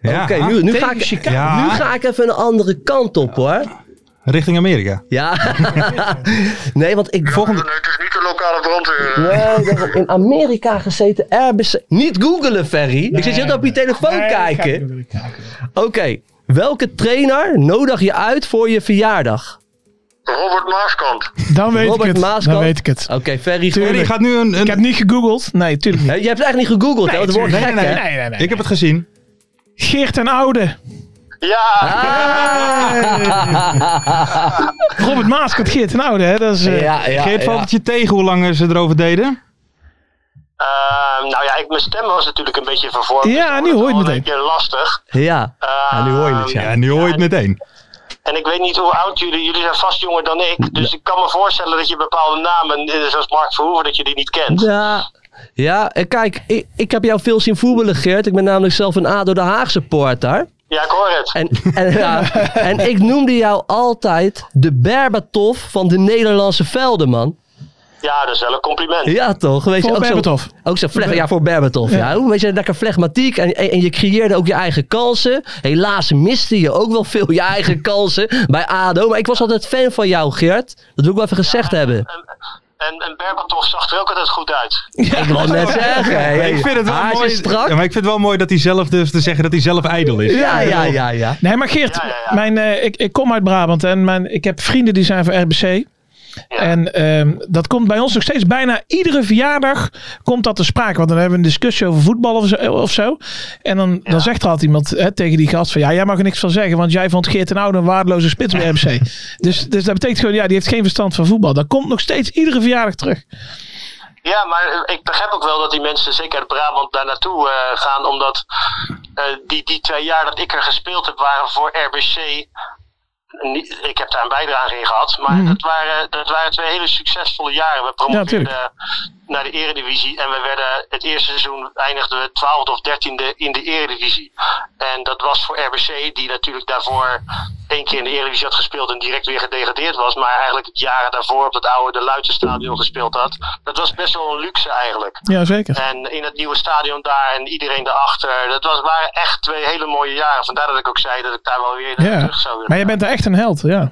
Speaker 3: Ja.
Speaker 5: Oké, nu, nu,
Speaker 4: tegen
Speaker 5: ga ik,
Speaker 4: Chicago.
Speaker 3: Ja.
Speaker 5: nu ga ik even een andere kant op hoor.
Speaker 3: Richting Amerika.
Speaker 5: Ja. Nee, want ik...
Speaker 6: Nee, het is niet de lokale brandweer. eh,
Speaker 5: Nee, dat heb ik in Amerika gezeten, RBC. Niet googelen, Ferry. ik zit je net op je telefoon kijken. Oké, welke trainer nodig je uit voor je verjaardag?
Speaker 6: Robert Maaskant.
Speaker 4: Dan weet
Speaker 5: Robert
Speaker 4: ik het.
Speaker 5: Maaskant?
Speaker 4: Dan weet ik het.
Speaker 5: Oké, Ferry.
Speaker 4: Tuurlijk.
Speaker 5: gooi-
Speaker 3: Die gaat nu een... een-
Speaker 4: Ik heb niet gegoogeld. Nee, tuurlijk niet.
Speaker 5: Hè, Je hebt het eigenlijk niet gegoogeld, hè?
Speaker 4: Nee,
Speaker 5: want het wordt
Speaker 4: tuurlijk.
Speaker 5: gek,
Speaker 4: Nee,
Speaker 5: hè?
Speaker 4: nee, nee, nee.
Speaker 3: Ik heb het gezien.
Speaker 4: Geert en Oude.
Speaker 6: Ja,
Speaker 5: Ah.
Speaker 4: Robert Maaskant, Geert en Oude. Hè? Dat is, eh,
Speaker 5: Ja, ja,
Speaker 3: Geert, valt
Speaker 5: ja.
Speaker 3: het je tegen hoe lang ze erover deden?
Speaker 6: eh, nou ja, ik, mijn stem was natuurlijk een beetje vervormd.
Speaker 4: Ja,
Speaker 6: dus dan
Speaker 4: nu
Speaker 6: wordt
Speaker 4: hoor je
Speaker 6: wel
Speaker 4: meteen.
Speaker 6: Een beetje lastig.
Speaker 5: Ja. Ja, nu hoor je het,
Speaker 6: Ehm,
Speaker 5: ja.
Speaker 3: Ja, nu hoor je het meteen.
Speaker 6: En ik weet niet hoe oud jullie, jullie zijn vast jonger dan ik. Dus ik kan me voorstellen dat je bepaalde namen, eh, zoals Mark Verhoeven, dat je die niet kent.
Speaker 5: Ja, ja en kijk, ik, ik heb jou veel zien voetballen, Geert. Ik ben namelijk zelf een ADO De Haag supporter.
Speaker 6: Ja, ik hoor het.
Speaker 5: En, en, ja, en ik noemde jou altijd de Berbatov van de Nederlandse velden, man.
Speaker 6: Ja, dat is wel een compliment.
Speaker 5: Ja, toch? Weet
Speaker 4: Voor
Speaker 5: ook zo-
Speaker 4: Berbatov.
Speaker 5: ook zo fleg, ja, voor Berbatov. Ja. Hoe Weet je, lekker flegmatiek. En, en, en je creëerde ook je eigen kansen. Helaas miste je ook wel veel je eigen kansen bij ADO. Maar ik was altijd fan van jou, Geert. Dat wil ik wel even gezegd hebben.
Speaker 6: En, en, en Berbatov zag er ook altijd goed uit.
Speaker 5: Ik wil net zeggen.
Speaker 3: Ja,
Speaker 5: hey,
Speaker 3: ik vind het wel
Speaker 5: haar Ah, is
Speaker 3: mooi.
Speaker 5: strak.
Speaker 3: Ja, maar ik vind het wel mooi dat hij zelf dus te zeggen dat hij zelf ijdel is.
Speaker 5: Ja, ja, ja, ja.
Speaker 4: Nee, maar Geert,
Speaker 6: Ja, ja, ja.
Speaker 4: Mijn, eh, ik, ik kom uit Brabant en mijn, ik heb vrienden die zijn van RBC. En ehm, dat komt bij ons nog steeds bijna iedere verjaardag komt dat te sprake. Want dan hebben we een discussie over voetbal of zo. Of zo. En dan, dan zegt er altijd iemand hè, tegen die gast van... Ja, jij mag er niks van zeggen, want jij vond Geert en Oude een waardeloze spits bij RBC. dus, dus dat betekent gewoon, ja, die heeft geen verstand van voetbal. Dat komt nog steeds iedere verjaardag terug.
Speaker 6: Ja, maar eh, ik begrijp ook wel dat die mensen, zeker uit Brabant, daar naartoe eh, gaan. Omdat eh, die, die twee jaar dat ik er gespeeld heb, waren voor RBC. Niet, ik heb daar een bijdrage in gehad. Maar
Speaker 4: Mhm.
Speaker 6: dat, waren, dat waren twee hele succesvolle jaren. We promoveerden naar de Eredivisie. En we werden het eerste seizoen eindigden we 12e of 13e in de Eredivisie. En dat was voor RBC, die natuurlijk daarvoor één keer in de Eredivisie had gespeeld en direct weer gedegradeerd was. Maar eigenlijk het jaren daarvoor op dat oude De Luitenstadion gespeeld had. Dat was best wel een luxe eigenlijk.
Speaker 4: Ja, zeker.
Speaker 6: En in het nieuwe stadion daar en iedereen daarachter. Dat was, waren echt twee hele mooie jaren. Vandaar dat ik ook zei dat ik daar wel weer naar
Speaker 4: Ja.
Speaker 6: terug zou willen.
Speaker 4: Maar je bent daar echt een held, ja.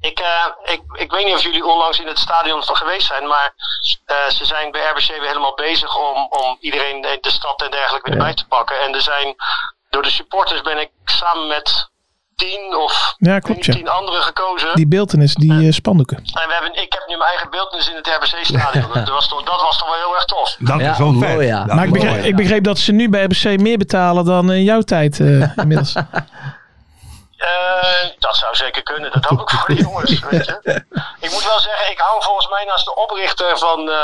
Speaker 6: Ik, eh, ik, ik weet niet of jullie onlangs in het stadion van geweest zijn, maar eh, ze zijn bij RBC weer helemaal bezig om, om iedereen in de stad en dergelijke weer bij te pakken. En er zijn door de supporters ben ik samen met tien of
Speaker 4: Ja, klopt, ja.
Speaker 6: tien anderen gekozen.
Speaker 4: Die beeldenis, die eh, spandoeken.
Speaker 6: En we hebben, ik heb nu mijn eigen beeldnis in het RBC-stadion. dat, was toch- dat was toch wel heel erg tof.
Speaker 3: Dat
Speaker 5: Ja,
Speaker 3: is wel
Speaker 5: mooi,
Speaker 3: vet.
Speaker 5: ja.
Speaker 3: Dat
Speaker 4: Maar
Speaker 3: is
Speaker 4: ik begreep,
Speaker 3: mooi.
Speaker 4: ik begreep dat ze nu bij RBC meer betalen dan in jouw tijd eh, inmiddels.
Speaker 6: Eh, dat zou zeker kunnen. Dat hoop ik voor de jongens. Weet je. Ik moet wel zeggen, ik hou volgens mij naast de oprichter van, eh,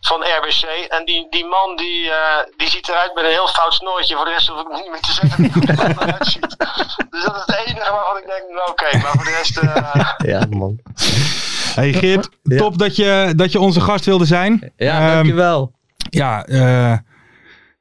Speaker 6: van RBC. En die, die man die, eh, die ziet eruit met een heel fout snoortje. Voor de rest hoef ik niet meer te zeggen hoe die man eruit ziet. Dus dat is het enige waarvan ik denk, nou, oké. maar voor de rest... eh,
Speaker 5: Ja, man.
Speaker 3: Hey Geert, top dat je, dat je onze gast wilde zijn.
Speaker 5: Ja,
Speaker 3: Ehm,
Speaker 5: dankjewel.
Speaker 3: Ja, eh,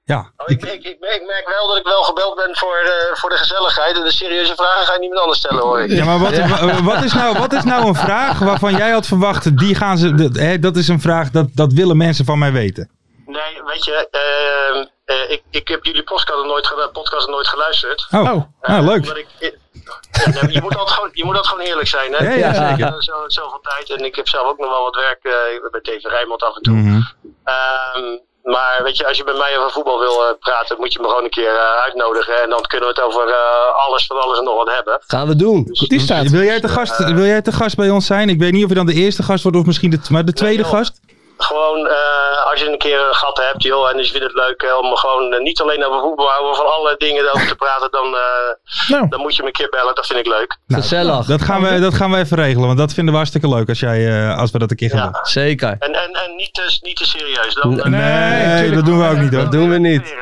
Speaker 3: ja.
Speaker 6: oh, ik, ik, ik, ik merk wel dat ik wel gebeld ben voor, eh, voor de gezelligheid. En de serieuze vragen ga je niemand anders stellen hoor. ik.
Speaker 3: Ja, maar wat, wa- wat, is nou, wat is nou een vraag waarvan jij had verwacht, die gaan ze, dat, hè, dat is een vraag, dat, dat willen mensen van mij weten.
Speaker 6: Nee, weet je, ehm, eh, ik, ik heb jullie podcast nooit, ge- podcast nooit geluisterd.
Speaker 3: Oh,
Speaker 4: Oh.
Speaker 3: ah,
Speaker 6: Eh,
Speaker 3: leuk.
Speaker 6: omdat ik- eh, ja, nee, maar je, moet altijd gewoon, je moet dat gewoon eerlijk zijn. Hè?
Speaker 3: Ja, ja,
Speaker 6: Ik heb,
Speaker 5: zeker.
Speaker 6: eh, Zo, zoveel tijd en ik heb zelf ook nog wel wat werk eh, bij TV Rijnmond af en toe.
Speaker 3: Mhm.
Speaker 6: Ehm, Maar weet je, als je bij mij over voetbal wil eh, praten, moet je me gewoon een keer eh, uitnodigen. En dan kunnen we het over eh, alles van alles en nog wat hebben.
Speaker 5: Gaan we doen.
Speaker 3: Nou,
Speaker 4: Die staat.
Speaker 3: Wil jij, te gast, wil jij te gast bij ons zijn? Ik weet niet of je dan de eerste gast wordt of misschien de, maar de tweede
Speaker 6: joh.
Speaker 3: gast.
Speaker 6: Gewoon, eh, als je een keer een gat hebt, joh, en dus vindt het leuk eh, om gewoon eh, niet alleen over voetbal, maar over van alle dingen over te praten, dan, eh,
Speaker 4: Nou,
Speaker 6: dan moet je me een keer bellen. Dat vind ik leuk.
Speaker 5: Gezellig.
Speaker 3: Dat gaan, we, dat gaan we even regelen, want dat vinden we hartstikke leuk als, jij, eh, als we dat een keer gaan
Speaker 6: Ja.
Speaker 3: doen.
Speaker 5: Zeker.
Speaker 6: En, en, en niet, te, niet te serieus. Dan,
Speaker 5: Nee,
Speaker 6: eh,
Speaker 3: Nee, dat doen we ook niet hoor.
Speaker 5: Dat doen we niet.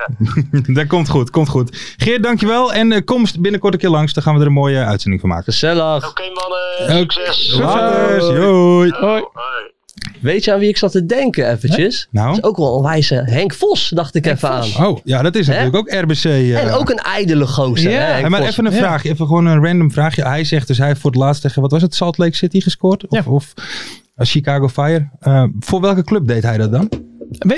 Speaker 3: Dat komt goed, komt goed. Geert, dankjewel en eh, kom binnenkort een keer langs. Dan gaan we er een mooie eh, uitzending van maken.
Speaker 5: Gezellig.
Speaker 6: Oké mannen, succes.
Speaker 3: Later, joei.
Speaker 4: hoi.
Speaker 6: Hoi.
Speaker 5: Weet je aan wie ik zat te denken eventjes?
Speaker 3: Nou?
Speaker 5: Dat is ook wel een wijze Henk Vos, dacht ik even aan.
Speaker 3: Oh, ja, dat is
Speaker 5: Hè?
Speaker 3: natuurlijk ook RBC. eh.
Speaker 5: En ook een ijdele gozer.
Speaker 4: Ja.
Speaker 5: hè, Henk
Speaker 3: Hey, maar
Speaker 5: Vos.
Speaker 3: even een
Speaker 4: Ja.
Speaker 3: vraagje, even gewoon een random vraagje. Hij zegt dus hij heeft voor het laatst tegen, wat was het, Salt Lake City gescoord? Of,
Speaker 4: Ja.
Speaker 3: of eh, Chicago Fire. Eh, voor welke club deed hij dat dan?
Speaker 4: weet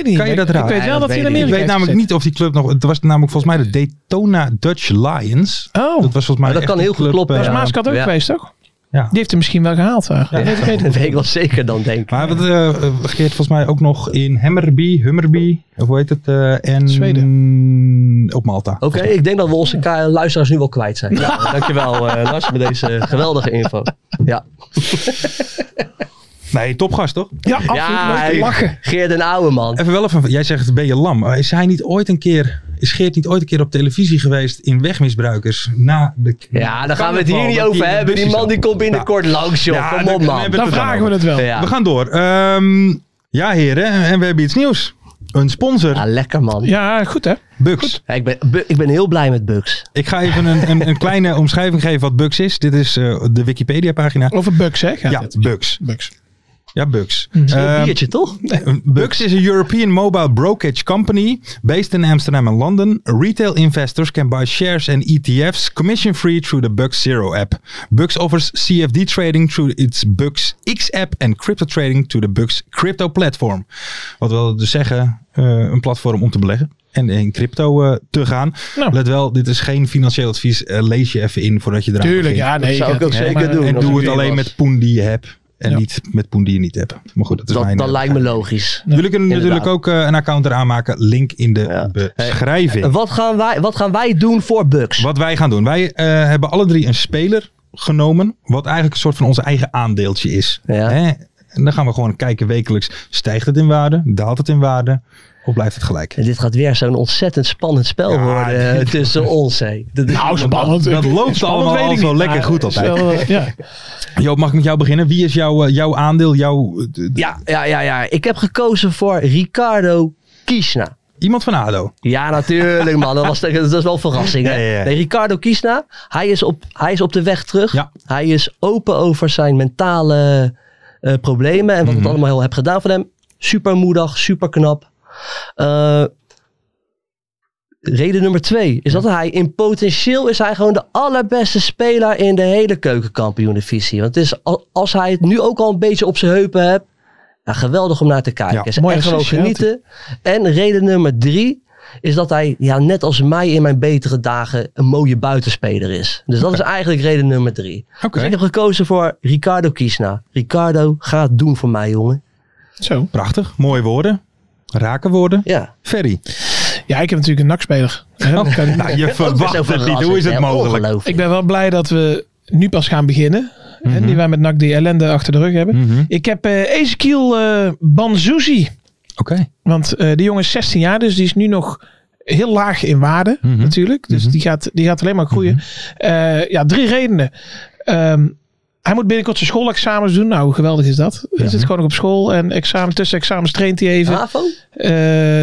Speaker 4: niet.
Speaker 3: Kan je
Speaker 4: maar
Speaker 3: dat
Speaker 4: ik-
Speaker 3: raden?
Speaker 4: Ik weet
Speaker 5: Nee,
Speaker 4: wel dat
Speaker 5: dat
Speaker 4: hij in
Speaker 5: weet
Speaker 4: Amerika
Speaker 3: Ik weet
Speaker 4: heeft
Speaker 3: namelijk
Speaker 4: gezeten.
Speaker 3: niet of die club nog, het was namelijk volgens mij de Daytona Dutch Lions.
Speaker 4: Oh,
Speaker 3: Dat was volgens mij
Speaker 5: dat
Speaker 3: echt
Speaker 5: kan
Speaker 3: een
Speaker 5: heel goed
Speaker 3: club,
Speaker 5: kloppen,
Speaker 3: eh,
Speaker 4: dat is
Speaker 5: ja.
Speaker 4: Maaskant ook
Speaker 5: Ja.
Speaker 4: geweest, toch?
Speaker 3: Ja.
Speaker 4: Die heeft hem misschien wel gehaald daar.
Speaker 3: Ja.
Speaker 4: Dat weet ik niet.
Speaker 5: Dat weet ik wel zeker dan, denk ik.
Speaker 3: Maar wat, eh, eh, Geert, volgens mij ook nog in Hammerby, Hummerby, of hoe heet het? eh, en Op Malta.
Speaker 5: Oké, ik denk dat we onze ka- luisteraars nu wel kwijt zijn. Ja, dankjewel eh Lars met deze geweldige info. Ja,
Speaker 3: Nee, topgast toch?
Speaker 4: Ja, absoluut.
Speaker 5: ja
Speaker 4: leuk.
Speaker 5: hij-
Speaker 4: lachen.
Speaker 5: Geert een oude man.
Speaker 3: Even wel even, jij zegt ben je lam. Maar Is hij niet ooit een keer, is Geert niet ooit een keer op televisie geweest in Wegmisbruikers? Na de
Speaker 5: Ja, daar gaan we het hier niet
Speaker 3: carnaval, dat hij
Speaker 5: over
Speaker 3: in de
Speaker 5: hebben.
Speaker 3: bus
Speaker 5: Die
Speaker 3: is
Speaker 5: man
Speaker 3: ook.
Speaker 5: die komt binnenkort langs, joh.
Speaker 3: Nou, Ja,
Speaker 5: Kom
Speaker 3: dan-
Speaker 5: op,
Speaker 3: dan
Speaker 5: man.
Speaker 3: hebben
Speaker 4: Dan
Speaker 3: het er
Speaker 4: vragen we het wel.
Speaker 5: Ja.
Speaker 3: Nou, We gaan door. Ehm, ja, heren. En we hebben iets nieuws. Een sponsor,
Speaker 5: Ja, lekker man.
Speaker 4: Ja, goed hè.
Speaker 3: Bux.
Speaker 5: Ja, ik, ben, Bu- ik ben heel blij met Bugs.
Speaker 3: Ik ga even een, een, een kleine omschrijving geven wat Bux is. Dit is eh, de Wikipedia-pagina.
Speaker 4: Over Bucks, hè? gaat
Speaker 3: Ja,
Speaker 4: het.
Speaker 3: Bux.
Speaker 4: Bucks.
Speaker 3: Ja, Bux.
Speaker 5: Een
Speaker 3: Ehm,
Speaker 5: biertje, toch?
Speaker 3: Bux is a European mobile brokerage company based in Amsterdam and London. Retail investors can buy shares and E ETFs commission free through the Bux Zero app. Bux offers CFD trading through its Bux X app and crypto trading to the Bux crypto platform. Wat wil dus zeggen, eh, een platform om te beleggen. En in crypto eh, te gaan.
Speaker 4: Nou.
Speaker 3: Let wel, dit is geen financieel advies. Eh, lees je even in voordat je eraan
Speaker 4: Tuurlijk,
Speaker 3: begint.
Speaker 4: ja, nee.
Speaker 5: Dat zou
Speaker 4: gaat
Speaker 5: ik ook
Speaker 4: niet,
Speaker 5: zeker
Speaker 4: maar-
Speaker 5: doen.
Speaker 3: En
Speaker 5: Als
Speaker 3: doe
Speaker 5: ik
Speaker 3: het
Speaker 5: weer
Speaker 3: alleen
Speaker 5: was.
Speaker 3: met poen die je hebt. En
Speaker 4: Ja.
Speaker 3: niet met poen die je niet hebt. Maar goed, dat is
Speaker 5: Dat,
Speaker 3: mijn...
Speaker 5: dat
Speaker 3: eh,
Speaker 5: lijkt me logisch.
Speaker 3: Jullie kunnen natuurlijk ook eh, een account eraan maken. Link in de
Speaker 5: Ja.
Speaker 3: beschrijving.
Speaker 5: En Wat gaan, wij, wat gaan wij doen voor Bugs?
Speaker 3: Wat wij gaan doen. Wij eh, hebben alle drie een speler genomen. Wat eigenlijk een soort van onze eigen aandeeltje is.
Speaker 5: Ja.
Speaker 3: Hè? En dan gaan we gewoon kijken wekelijks. Stijgt het in waarde? Daalt het in waarde? Of blijft het gelijk?
Speaker 5: En dit gaat weer zo'n ontzettend spannend spel
Speaker 3: Ja,
Speaker 5: worden eh,
Speaker 3: dit-
Speaker 5: tussen ons. Hé. Dat-
Speaker 4: Nou, spannend.
Speaker 3: Dat loopt
Speaker 4: Spannend
Speaker 3: allemaal
Speaker 4: weet
Speaker 3: al
Speaker 4: ik
Speaker 3: zo
Speaker 4: niet,
Speaker 3: lekker
Speaker 4: maar
Speaker 3: goed
Speaker 4: het is
Speaker 3: altijd.
Speaker 4: wel, eh, Ja.
Speaker 3: Joop, mag ik met jou beginnen? Wie is jouw, eh, jouw aandeel? Jouw, eh, d- d-
Speaker 5: Ja, ja, ja, ja. Ik heb gekozen voor Ricardo Kiesna.
Speaker 3: Iemand van ADO?
Speaker 5: Ja, natuurlijk, man. Dat, was, dat is wel een verrassing. hè?
Speaker 3: Ja, ja, ja.
Speaker 5: Nee, Ricardo Kiesna, hij is, op, hij is op de weg terug.
Speaker 3: Ja.
Speaker 5: Hij is open over zijn mentale eh, problemen en wat het allemaal heel heb gedaan voor hem. Super moedig, super knap. Eh, reden nummer twee is dat hij in potentieel is hij gewoon de allerbeste speler in de hele keukenkampioen-divisie. Want het is, al- als hij het nu ook al een beetje op zijn heupen hebt, ja, geweldig om naar te kijken.
Speaker 3: Ja,
Speaker 5: is
Speaker 4: mooi
Speaker 5: echt gewoon
Speaker 4: assistje,
Speaker 5: genieten. En reden nummer drie is dat hij, ja, net als mij in mijn betere dagen, een mooie buitenspeler is. Dus dat is eigenlijk reden nummer drie.
Speaker 3: Oké.
Speaker 5: Dus ik heb gekozen voor Ricardo Kiesna. Ricardo, ga het doen voor mij, jongen.
Speaker 4: Zo.
Speaker 3: Prachtig. Mooie woorden. Raken woorden.
Speaker 5: Ja.
Speaker 3: Ferry.
Speaker 4: Ja, ik heb natuurlijk een NAC-speler. hè, dat kan-
Speaker 3: Nou, je
Speaker 5: Best wel
Speaker 3: verwacht het niet. Hoe is
Speaker 5: verrassend,
Speaker 3: het
Speaker 5: hè?
Speaker 3: mogelijk?
Speaker 5: Ongelooflijk.
Speaker 4: Oh. Ik ben wel blij dat we nu pas gaan beginnen. hè, die wij met NAC die ellende achter E de rug hebben.
Speaker 3: Mhm.
Speaker 4: Ik heb eh Ezekiel eh Banzuzi.
Speaker 3: Oké.
Speaker 4: Want eh, die jongen is 16 jaar, dus die is nu nog heel laag in waarde
Speaker 3: Mhm.
Speaker 4: natuurlijk. Dus die, gaat, die gaat alleen maar groeien.
Speaker 5: Mhm.
Speaker 4: Eh, ja, drie redenen. Ehm, hij moet binnenkort zijn schoolexamens doen. Nou, hoe geweldig is dat? Hij zit gewoon nog op school en examen, tussen examens traint hij even.
Speaker 5: Bravo.
Speaker 4: Eh,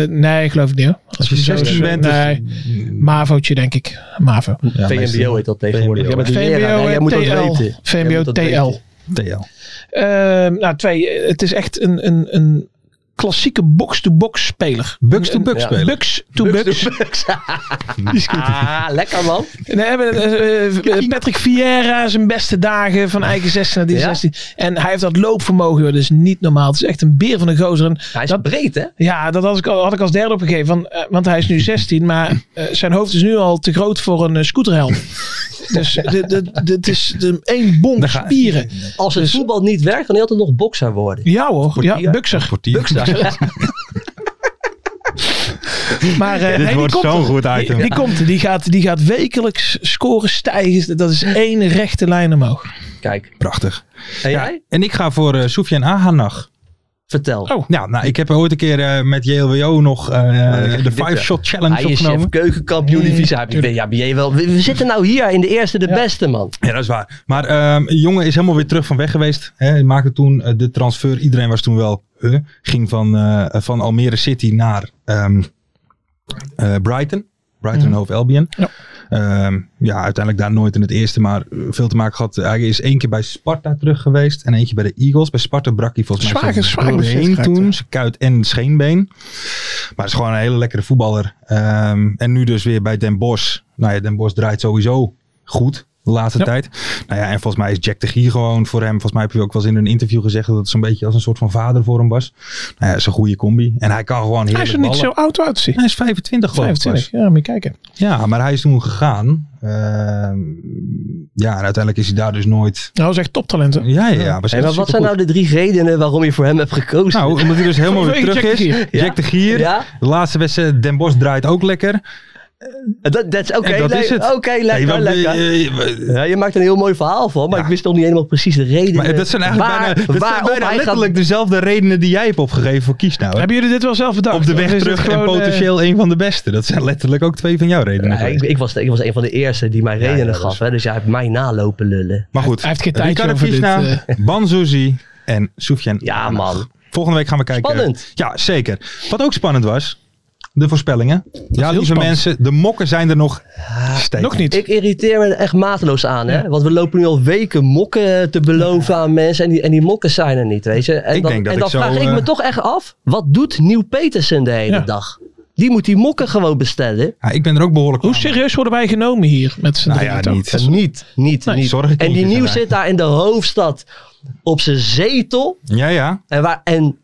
Speaker 4: nee, geloof ik niet. hoor.
Speaker 3: Als je
Speaker 4: hij zo
Speaker 3: 16
Speaker 4: is,
Speaker 3: bent, is-
Speaker 4: Nee, MAVO'tje denk ik. MAVO.
Speaker 3: Ja,
Speaker 5: VMBO heet dat tegenwoordig.
Speaker 3: VMBO,
Speaker 5: Jij bent een leraar, hè?
Speaker 4: VMBO,
Speaker 5: jij moet dat
Speaker 4: TL.
Speaker 5: weten. Jij
Speaker 4: VMBO,
Speaker 5: moet dat
Speaker 4: TL.
Speaker 5: weten.
Speaker 3: TL.
Speaker 4: Ehm, nou, twee. eh, Het is echt een, een, een klassieke box-to-box speler.
Speaker 3: Bucks-to-bucks
Speaker 4: Een- een-
Speaker 3: speler.
Speaker 4: Bucks-to-bucks.
Speaker 5: Ah, lekker man.
Speaker 4: En dan hebben we, eh, eh, Patrick Vieira zijn beste dagen van eigen 16 naar die
Speaker 5: Ja?
Speaker 4: 16. En hij heeft dat loopvermogen, joh, dat is niet normaal. Het is echt een beer van een gozer. En
Speaker 5: Hij is
Speaker 4: dat,
Speaker 5: breed, hè?
Speaker 4: ja, dat had ik, al- had ik als derde opgegeven. Van, eh, want hij is nu 16, maar eh, zijn hoofd is nu al te groot voor een eh, scooterhelm. dus dit- dit- dit is de- één bonk
Speaker 3: ga-
Speaker 4: spieren.
Speaker 5: Als het
Speaker 4: Dus-
Speaker 5: voetbal niet werkt, kan hij altijd nog bokser worden.
Speaker 4: Ja hoor, ja, bukser.
Speaker 3: Portier.
Speaker 5: Bukser.
Speaker 4: Maar eh,
Speaker 3: Dit
Speaker 4: nee, die
Speaker 3: wordt
Speaker 4: komt
Speaker 3: zo'n
Speaker 4: er.
Speaker 3: goed
Speaker 4: Die-
Speaker 3: item.
Speaker 4: Die, komt er. Die gaat, die gaat wekelijks scoren stijgen. Dat is één rechte lijn omhoog.
Speaker 5: Kijk.
Speaker 3: Prachtig.
Speaker 5: En
Speaker 3: Ja,
Speaker 5: jij?
Speaker 3: en ik ga voor eh Sofian Ahanag.
Speaker 5: Vertel.
Speaker 4: Oh,
Speaker 3: Ja, nou, ik heb ooit een keer eh, met JLWO nog eh,
Speaker 5: krijg Oh, je
Speaker 3: de
Speaker 5: dit, ja.
Speaker 3: 5-shot challenge
Speaker 5: Hij is chef
Speaker 3: opgenomen.
Speaker 5: keukenkampioen divisie. Hij-
Speaker 3: tuurlijk.
Speaker 5: Ja, ben jij wel. We, we zitten nou hier in de eerste de beste, man.
Speaker 3: Ja, dat is waar. Maar ehm een jongen is helemaal weer terug van weg geweest. Hè. Hij maakte toen eh, de transfer. Iedereen was toen wel... huh? Ging van, eh, van Almere City naar ehm, eh, Brighton. Brighton en Hove Albion.
Speaker 4: Mhm. Ja.
Speaker 3: Ehm, ja, uiteindelijk daar nooit in het eerste, maar eh, veel te maken gehad. Hij is één keer bij Sparta terug geweest en eentje bij de Eagles. Bij Sparta brak hij volgens mij
Speaker 4: Zwaar-
Speaker 3: zijn
Speaker 4: zwaar
Speaker 3: doorheen
Speaker 4: bezit geraakt,
Speaker 3: toen.
Speaker 4: ja.
Speaker 3: Zijn kuit en scheenbeen. Maar hij is gewoon een hele lekkere voetballer. Ehm, en nu dus weer bij Den Bosch. Nou ja, Den Bosch draait sowieso goed de laatste
Speaker 4: Ja.
Speaker 3: tijd. Nou ja, en volgens mij is Jack de Gier gewoon voor hem. Volgens mij heb je ook wel eens in een interview gezegd dat het zo'n beetje als een soort van vader voor hem was. Nou ja, is een goede combi. En hij kan gewoon
Speaker 4: hij
Speaker 3: heerlijk
Speaker 4: is er niet zo
Speaker 3: ballen.
Speaker 4: oud uit te zien.
Speaker 3: Hij is 25 geloof ik pas.
Speaker 4: 25, ja, moet je kijken.
Speaker 3: Ja, maar hij is toen gegaan. Ehm, ja, en uiteindelijk is hij daar dus nooit.
Speaker 4: Nou, dat is echt toptalent. hè?
Speaker 3: Ja, ja, ja. was
Speaker 5: Hey,
Speaker 3: echt
Speaker 5: maar wat zijn
Speaker 3: supergoed.
Speaker 5: nou de drie redenen waarom je voor hem hebt gekozen?
Speaker 3: Nou, omdat hij dus helemaal weer
Speaker 4: Vanwege
Speaker 3: terug
Speaker 4: Jack
Speaker 3: is.
Speaker 4: de Gier.
Speaker 5: Ja.
Speaker 3: Jack de Gier.
Speaker 5: Ja.
Speaker 3: De laatste wedstrijd, Den Bosch draait ook lekker.
Speaker 5: dat, dat is oké.
Speaker 3: en dat
Speaker 5: le-
Speaker 3: is het.
Speaker 5: Oké,
Speaker 3: Nee,
Speaker 5: lekker,
Speaker 3: want, eh,
Speaker 5: lekker.
Speaker 3: eh, we-
Speaker 5: Ja, je maakt een heel mooi verhaal van, maar
Speaker 3: Ja.
Speaker 5: ik wist nog niet helemaal precies de reden.
Speaker 3: maar dat zijn eigenlijk
Speaker 5: Eh, waar, oh
Speaker 3: bijna, dat zijn
Speaker 5: waarop
Speaker 3: bijna
Speaker 5: hij gaat-
Speaker 3: letterlijk dezelfde redenen die jij hebt opgegeven voor Kies nou. hè?
Speaker 4: Hebben jullie dit wel zelf bedacht?
Speaker 3: Op de
Speaker 4: Of
Speaker 3: weg
Speaker 4: is dit
Speaker 3: terug en
Speaker 4: gewoon, eh,
Speaker 3: potentieel een van de beste. Dat zijn letterlijk ook twee van jouw redenen.
Speaker 5: Ja, ik,
Speaker 3: geweest.
Speaker 5: ik, was, ik was een van de eerste die mij redenen
Speaker 3: ja, dat
Speaker 5: gaf,
Speaker 3: is-
Speaker 5: hè, dus jij hebt mij nalopen lullen.
Speaker 3: maar goed,
Speaker 4: Hij heeft geen tijd
Speaker 3: Ricardo
Speaker 4: over dit, eh,
Speaker 3: Kiesna, Banzuzi en Soufjan
Speaker 5: Ja,
Speaker 3: Anag.
Speaker 5: man.
Speaker 3: Volgende week gaan we kijken.
Speaker 5: Spannend.
Speaker 3: Ja, zeker. Wat ook spannend was, de voorspellingen. Ja, lieve
Speaker 4: spannend.
Speaker 3: mensen, de mokken zijn er nog steeds.
Speaker 4: Nog niet.
Speaker 5: Ik irriteer me er echt mateloos aan, hè? Want we lopen nu al weken mokken te beloven aan mensen. En die, en die mokken zijn er niet, weet je. En
Speaker 3: Ik
Speaker 5: dan,
Speaker 3: denk dat
Speaker 5: en
Speaker 3: ik
Speaker 5: dan
Speaker 3: zo,
Speaker 5: vraag ik
Speaker 3: eh,
Speaker 5: me toch echt af: wat doet Nieuw Petersen de hele
Speaker 4: Ja.
Speaker 5: dag? Die moet die mokken gewoon bestellen.
Speaker 3: Ja, ik ben er ook behoorlijk
Speaker 4: Hoe
Speaker 3: klaar mee.
Speaker 4: serieus worden wij genomen hier met z'n
Speaker 3: Nou
Speaker 4: drieën
Speaker 3: ja,
Speaker 4: toch?
Speaker 3: niet.
Speaker 5: En niet, niet,
Speaker 4: Nee,
Speaker 5: niet.
Speaker 3: zorgenkindjes
Speaker 5: En die
Speaker 3: zijn
Speaker 5: nieuw
Speaker 3: wij.
Speaker 5: zit daar in de hoofdstad op zijn zetel.
Speaker 3: Ja, ja.
Speaker 5: En, waar, en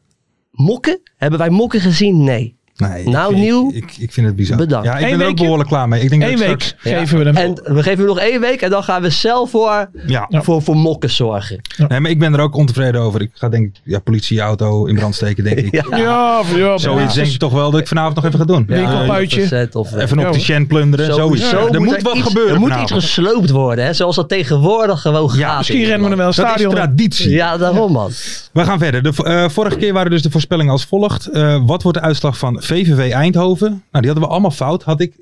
Speaker 5: mokken? Hebben wij mokken gezien? Nee.
Speaker 3: Nee, ik-
Speaker 5: Nou,
Speaker 3: ik,
Speaker 5: Nieuw,
Speaker 3: Ik, ik, vind het bizar.
Speaker 5: bedankt.
Speaker 3: Ja, ik ben
Speaker 4: Eén
Speaker 3: er ook
Speaker 4: weekje.
Speaker 3: behoorlijk klaar mee. Ik denk dat
Speaker 4: Eén
Speaker 3: ik
Speaker 4: week
Speaker 3: straks-
Speaker 4: geven we hem.
Speaker 5: En we geven hem nog één week en dan gaan we zelf voor,
Speaker 3: Ja.
Speaker 5: voor, voor mokken zorgen.
Speaker 3: Nee, maar ik ben er ook ontevreden over. Ik ga denk ik, ja, politieauto in brand steken, denk ik.
Speaker 5: Ja.
Speaker 4: ja, of- ja,
Speaker 3: Zoiets
Speaker 4: ja.
Speaker 3: denk ik toch wel dat ik vanavond nog even ga doen.
Speaker 4: Ja.
Speaker 3: Eh,
Speaker 4: Winkelpuitje.
Speaker 5: Of, eh,
Speaker 3: even een
Speaker 4: Ja,
Speaker 3: opticien plunderen, zoiets.
Speaker 5: Sowieso
Speaker 3: er moet
Speaker 5: er
Speaker 3: wat
Speaker 5: iets-
Speaker 3: gebeuren nou.
Speaker 5: Er moet
Speaker 3: vanavond.
Speaker 5: iets gesloopt worden, hè, zoals dat tegenwoordig gewoon
Speaker 3: Ja,
Speaker 5: gaat.
Speaker 4: Misschien rennen we er wel een
Speaker 3: Dat is
Speaker 4: stadion. in.
Speaker 3: traditie.
Speaker 5: Ja, daarom man.
Speaker 3: We gaan verder. De, vo- eh, vorige keer waren dus de voorspellingen als volgt. Eh, wat wordt de uitslag van VVV Eindhoven? Nou, die hadden we allemaal fout. Had ik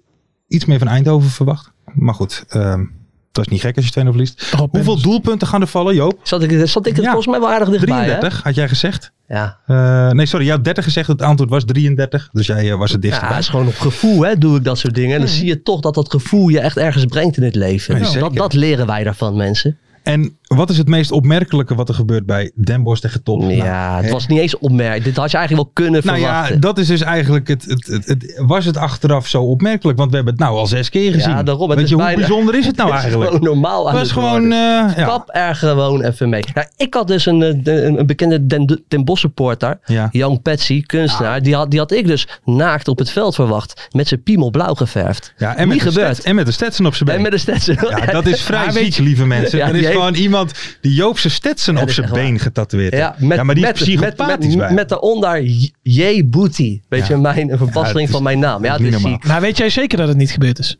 Speaker 3: iets meer van Eindhoven verwacht. Maar goed, ehm, dat is niet gek als je 2-0 verliest.
Speaker 4: Rob
Speaker 3: Hoeveel
Speaker 4: Penders.
Speaker 3: doelpunten gaan er vallen, Joop?
Speaker 5: Zat ik, zat ik het
Speaker 3: Ja.
Speaker 5: volgens mij wel aardig dichtbij, hè?
Speaker 3: 33 had jij gezegd.
Speaker 5: Ja,
Speaker 3: Eh, nee, sorry, jij had 30 gezegd. Het antwoord was 33. Dus jij eh, was het
Speaker 5: ja
Speaker 3: dichtstbij.
Speaker 5: het is gewoon op gevoel, hè, doe ik dat soort dingen. En dan zie je toch dat dat gevoel je echt ergens brengt in het leven.
Speaker 3: Nee,
Speaker 5: Nou,
Speaker 3: zeker.
Speaker 5: dat, dat leren wij daarvan, mensen.
Speaker 3: En wat is het meest opmerkelijke wat er gebeurt bij Den Bosch tegen Top? Nou,
Speaker 5: Ja, het
Speaker 3: hè?
Speaker 5: was niet eens opmerkelijk. Dit had je eigenlijk wel kunnen
Speaker 3: Nou ja,
Speaker 5: verwachten.
Speaker 3: dat is dus eigenlijk het, het, het, het- Was het achteraf zo opmerkelijk? Want we hebben het nou al zes keer gezien.
Speaker 5: daarom, het
Speaker 3: Weet
Speaker 5: is
Speaker 3: je, hoe
Speaker 5: bijna-
Speaker 3: bijzonder is het nou
Speaker 5: Het is
Speaker 3: eigenlijk?
Speaker 5: gewoon normaal aan
Speaker 3: Het was
Speaker 5: het
Speaker 3: gewoon.
Speaker 5: worden.
Speaker 3: eh, ja.
Speaker 5: Kap er gewoon even mee. Nou, ik had dus een, eh, de- een, een bekende Den, Den Bosch supporter,
Speaker 3: Ja. Ah.
Speaker 5: Jan Patsy, kunstenaar. Die, had, die had ik dus naakt op het veld verwacht. Met zijn piemel blauw geverfd.
Speaker 3: ja, en met,
Speaker 5: Niet
Speaker 3: de
Speaker 5: gebeurd.
Speaker 3: Stetson- en met de Stetson op zijn
Speaker 5: En
Speaker 3: been.
Speaker 5: met een stetsen.
Speaker 3: Ja, dat is vrij
Speaker 5: Ja, weet
Speaker 3: ziek,
Speaker 5: je-
Speaker 3: lieve mensen.
Speaker 5: Ja,
Speaker 3: er
Speaker 5: die
Speaker 3: is
Speaker 5: heeft-
Speaker 3: gewoon iemand die Joopse Stetson
Speaker 5: Ja,
Speaker 3: op
Speaker 5: dat is
Speaker 3: zijn
Speaker 5: echt
Speaker 3: been getatoeëerd heeft.
Speaker 5: Ja, met,
Speaker 3: ja, maar die
Speaker 5: met,
Speaker 3: is psychopathisch
Speaker 5: met, met,
Speaker 3: bij.
Speaker 5: met daaronder J. J. Booty. Weet
Speaker 3: Ja.
Speaker 5: je, mijn, een verpasseling
Speaker 3: het is-
Speaker 5: van mijn naam. Ja,
Speaker 3: dat
Speaker 5: dat
Speaker 3: is
Speaker 5: is
Speaker 3: niet normaal.
Speaker 5: ziek.
Speaker 4: Maar weet jij zeker dat het niet gebeurd is?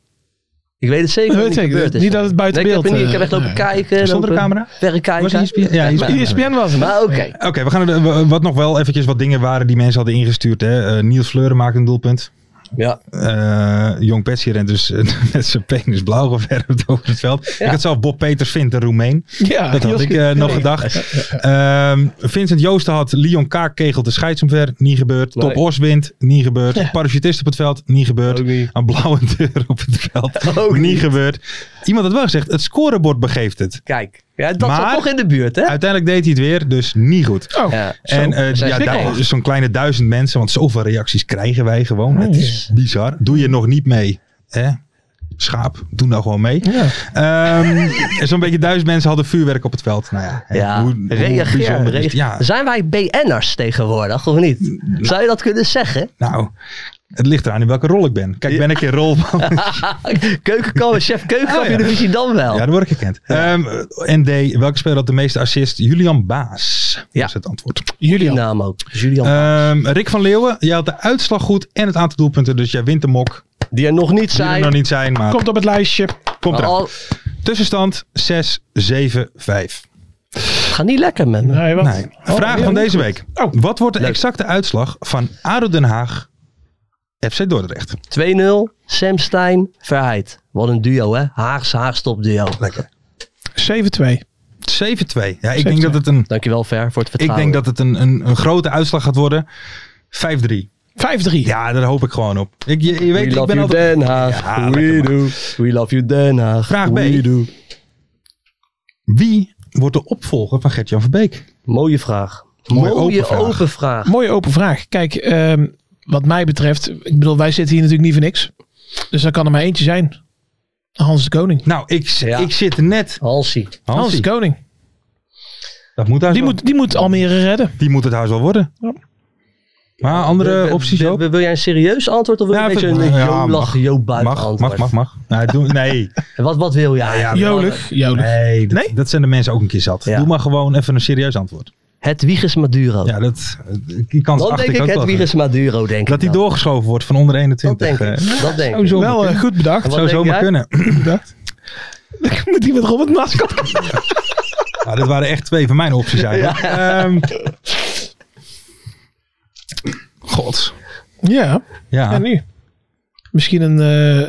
Speaker 5: Ik weet het zeker
Speaker 4: Ik
Speaker 5: dat
Speaker 4: weet
Speaker 5: het niet
Speaker 4: zeker,
Speaker 5: gebeurd is.
Speaker 4: niet dat het buiten
Speaker 5: Nee, ik
Speaker 4: beeld,
Speaker 5: heb, er niet- ik
Speaker 4: eh,
Speaker 5: heb echt lopen
Speaker 4: nee.
Speaker 5: kijken.
Speaker 3: Zonder
Speaker 5: lopen
Speaker 3: camera?
Speaker 5: Verrekijken.
Speaker 3: Was het ESPN? Ja, ESPN.
Speaker 4: ESPN was het.
Speaker 5: Maar oké.
Speaker 3: Oké, we gaan er, we- wat nog wel eventjes wat dingen waren die mensen hadden ingestuurd. Hè. Eh, Niels Fleuren maakt een doelpunt.
Speaker 5: Ja.
Speaker 3: Eh, Jong Petsy rent dus eh, met zijn penis blauw geverfd over het veld. Ik had zelf Bob Peters vindt een Roemeen.
Speaker 5: Ah,
Speaker 4: Ja,
Speaker 3: Dat had
Speaker 4: heel
Speaker 3: ik
Speaker 4: goed.
Speaker 3: eh, nog gedacht. Ehm, Vincent Joosten had Leon Kaak kegelt de scheidsomver. Niet gebeurd.
Speaker 5: Nee.
Speaker 3: Top Os wint. Niet gebeurd.
Speaker 4: Ja.
Speaker 3: Parachutist op het veld. Niet gebeurd.
Speaker 5: Ook niet.
Speaker 3: Een blauwe deur op het veld.
Speaker 5: Ook
Speaker 3: niet.
Speaker 5: niet.
Speaker 3: gebeurd. Iemand had wel gezegd, het scorebord begeeft het.
Speaker 5: Kijk. Ja, dat zat
Speaker 3: Maar-
Speaker 5: toch in de buurt, hè?
Speaker 3: Uiteindelijk deed hij het weer, dus niet goed.
Speaker 4: Oh,
Speaker 5: Ja.
Speaker 3: en
Speaker 4: zo.
Speaker 3: eh,
Speaker 4: Dat zijn
Speaker 3: ja,
Speaker 4: schrikken.
Speaker 3: daar- zo'n kleine duizend mensen, want zoveel reacties krijgen wij gewoon. Het is bizar. Doe je nog niet mee, hè? Schaap, doe nou gewoon mee.
Speaker 4: Ja.
Speaker 3: Ehm, Zo'n beetje duizend mensen hadden vuurwerk op het veld. Nou ja, hè,
Speaker 5: Ja, reageer.
Speaker 3: bijzonder is het?
Speaker 5: reageer.
Speaker 3: Ja,
Speaker 5: Zijn wij BN'ers tegenwoordig of niet? Zou je dat kunnen zeggen?
Speaker 3: Nou, Het ligt eraan in welke rol ik ben. Kijk, ben ik in rol van...
Speaker 5: Nou. Keukenkamp, chef
Speaker 3: Oh,
Speaker 5: keukenkamp
Speaker 3: ja.
Speaker 5: in de divisie dan wel.
Speaker 3: Ja, dat word ik gekend. Ehm, ND, welke speler had de meeste assist? Julian Baas
Speaker 5: Ja.
Speaker 3: was het antwoord.
Speaker 5: Die
Speaker 4: Julian.
Speaker 5: naam ook. Julian.
Speaker 3: Ehm, Rick van Leeuwen, jij had de uitslag goed en het aantal doelpunten. Dus jij wint de mok.
Speaker 5: die er nog niet
Speaker 3: Die er
Speaker 5: zijn.
Speaker 3: nog niet zijn, maar
Speaker 4: Komt op het lijstje.
Speaker 3: komt
Speaker 5: maar
Speaker 3: eraan.
Speaker 5: al,
Speaker 3: Tussenstand 6, 7, 5.
Speaker 5: gaat niet lekker met me.
Speaker 4: Nee, wat?
Speaker 3: Nee.
Speaker 4: Oh,
Speaker 3: Vraag
Speaker 4: ja,
Speaker 3: van
Speaker 4: niet
Speaker 3: deze
Speaker 4: goed.
Speaker 3: week.
Speaker 4: Oh.
Speaker 3: Wat wordt de
Speaker 5: Leuk.
Speaker 3: exacte uitslag van ADO Den Haag FC Dordrecht?
Speaker 5: 2-0, Sam Stein, Verheid. Wat een duo, hè? Haags, Haags duo.
Speaker 3: Lekker.
Speaker 4: 7-2.
Speaker 3: 7-2. Ja, ik denk
Speaker 4: 7-2.
Speaker 3: dat het een,
Speaker 5: Dankjewel, Ver, voor het
Speaker 3: ik
Speaker 5: vertrouwen.
Speaker 3: denk dat het een, een, een grote uitslag gaat worden. 5-3.
Speaker 4: 5-3.
Speaker 3: Ja, daar hoop ik gewoon op. Ik, je, je
Speaker 5: We
Speaker 3: weet, ik
Speaker 5: love
Speaker 3: ben
Speaker 5: you
Speaker 3: altijd...
Speaker 5: Den Haag.
Speaker 3: Ja,
Speaker 5: we
Speaker 3: lekker,
Speaker 5: do. We love you Den Haag.
Speaker 3: Vraag
Speaker 5: we
Speaker 3: B.
Speaker 5: do.
Speaker 3: Wie wordt de opvolger van Gert-Jan Verbeek?
Speaker 5: Mooie vraag.
Speaker 3: Mooie
Speaker 5: Mooie
Speaker 3: open vraag.
Speaker 5: open vraag.
Speaker 4: Mooie open vraag. Kijk, ehm, wat mij betreft, ik bedoel, wij zitten hier natuurlijk niet voor niks. Dus daar kan er maar eentje zijn. Hans de Koning.
Speaker 3: Nou, ik, z-
Speaker 5: Ja.
Speaker 3: ik zit net...
Speaker 5: Halsie.
Speaker 4: Hans,
Speaker 3: Hansie,
Speaker 4: de Koning.
Speaker 3: dat moet huis
Speaker 4: Die
Speaker 3: wel-
Speaker 4: moet, die moet Almere redden.
Speaker 3: die moet het huis wel worden.
Speaker 4: Ja.
Speaker 3: Maar andere
Speaker 5: Wil-
Speaker 3: opties
Speaker 5: wil-
Speaker 3: ook?
Speaker 5: wil- Wil jij een serieus antwoord of wil je
Speaker 3: Ja,
Speaker 5: een beetje
Speaker 3: vind-
Speaker 5: een
Speaker 3: ja,
Speaker 5: jo
Speaker 3: mag.
Speaker 5: lachen, jo buik
Speaker 3: Mag,
Speaker 5: antwoord?
Speaker 3: mag, mag, mag. Nee, Nou, doe, nee.
Speaker 5: Wat, wat wil jij?
Speaker 4: Jolig. Jolig.
Speaker 3: Nee, dat, dat zijn de mensen ook een keer zat.
Speaker 5: Ja.
Speaker 3: Doe maar gewoon even een serieus antwoord.
Speaker 5: Het Wieges Maduro.
Speaker 3: Ja, dat, die kans
Speaker 5: dan
Speaker 3: acht
Speaker 5: denk
Speaker 3: ik,
Speaker 5: ik
Speaker 3: ook
Speaker 5: het
Speaker 3: wel.
Speaker 5: Wieges Maduro, denk
Speaker 3: Dat
Speaker 5: ik
Speaker 3: die
Speaker 5: dan.
Speaker 3: doorgeschoven wordt van onder 21.
Speaker 5: Dat denk
Speaker 3: eh,
Speaker 5: ik. Dat denk ik.
Speaker 3: zou zomaar
Speaker 4: Wel eh,
Speaker 3: kunnen.
Speaker 4: goed bedacht.
Speaker 3: Dat
Speaker 5: Wat
Speaker 3: zou
Speaker 5: denk
Speaker 3: zomaar
Speaker 5: jij?
Speaker 3: kunnen.
Speaker 4: Ik moet die met Robert Naskant.
Speaker 3: Nou, dat waren echt twee van mijn opties eigenlijk. Ehm, God.
Speaker 4: Ja. Ah.
Speaker 3: Ja.
Speaker 4: En nu? Misschien een,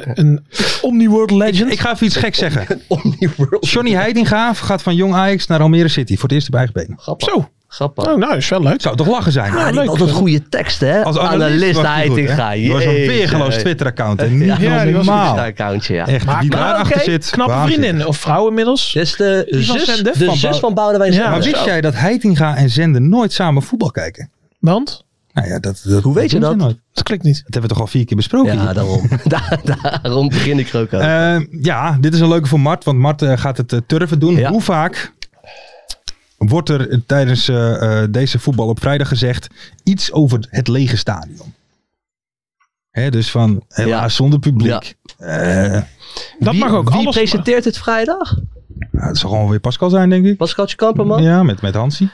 Speaker 4: eh een Omni-World Legend.
Speaker 3: ik ga even iets geks zeggen.
Speaker 5: Omni World.
Speaker 3: Johnny Heidinga gaat van Jong Ajax naar Almere City voor het eerst op eigen benen.
Speaker 5: Grappig.
Speaker 4: Zo.
Speaker 5: Grappig.
Speaker 4: Oh, nou, is wel leuk.
Speaker 3: Zou toch lachen zijn?
Speaker 5: Ah, die
Speaker 4: leuk.
Speaker 5: had altijd goede teksten, hè?
Speaker 3: Als
Speaker 5: analist
Speaker 3: was hij goed, hè?
Speaker 5: Heitinga.
Speaker 3: Dat was een
Speaker 5: Jeetje.
Speaker 3: weergeloos Twitter-account. En
Speaker 5: Ja,
Speaker 3: niet
Speaker 4: die was een
Speaker 3: normaal.
Speaker 5: Accountje, ja.
Speaker 3: Echt, die
Speaker 4: maar
Speaker 3: daarachter
Speaker 4: oké,
Speaker 3: zit.
Speaker 4: Knappe
Speaker 3: waanzin.
Speaker 4: vriendin. Of vrouw inmiddels.
Speaker 5: Dus de
Speaker 4: Die van
Speaker 5: zus,
Speaker 4: Zende?
Speaker 5: de
Speaker 4: Van
Speaker 5: zus
Speaker 4: Bou-
Speaker 5: van Boudewijn
Speaker 4: Ja,
Speaker 5: Zende.
Speaker 3: Maar wist
Speaker 5: Zo.
Speaker 3: jij dat Heitinga en Zenden nooit samen voetbal kijken?
Speaker 4: Want?
Speaker 3: Nou ja, dat, dat,
Speaker 5: Hoe weet
Speaker 3: doen
Speaker 5: je
Speaker 3: ze
Speaker 5: dat?
Speaker 3: nooit.
Speaker 4: Dat klikt niet.
Speaker 3: Dat hebben we toch al vier keer besproken?
Speaker 5: Ja,
Speaker 3: hier?
Speaker 5: daarom. Da- daarom begin ik er ook aan.
Speaker 3: Eh, ja, dit is een leuke voor Mart, want Mart eh, gaat het eh, turven doen.
Speaker 5: Ja.
Speaker 3: Hoe vaak wordt er eh, tijdens eh, eh, deze voetbal op vrijdag gezegd iets over het lege stadion? Hè, dus van helaas
Speaker 5: Ja.
Speaker 3: zonder publiek. Eh,
Speaker 4: Dat
Speaker 5: wie,
Speaker 4: mag ook.
Speaker 5: Wie
Speaker 4: alles
Speaker 5: presenteert het vrijdag?
Speaker 3: nou, het zal gewoon weer Pascal zijn, denk ik.
Speaker 5: Pascaltje Kamperman?
Speaker 3: Ja, met, met Hansie.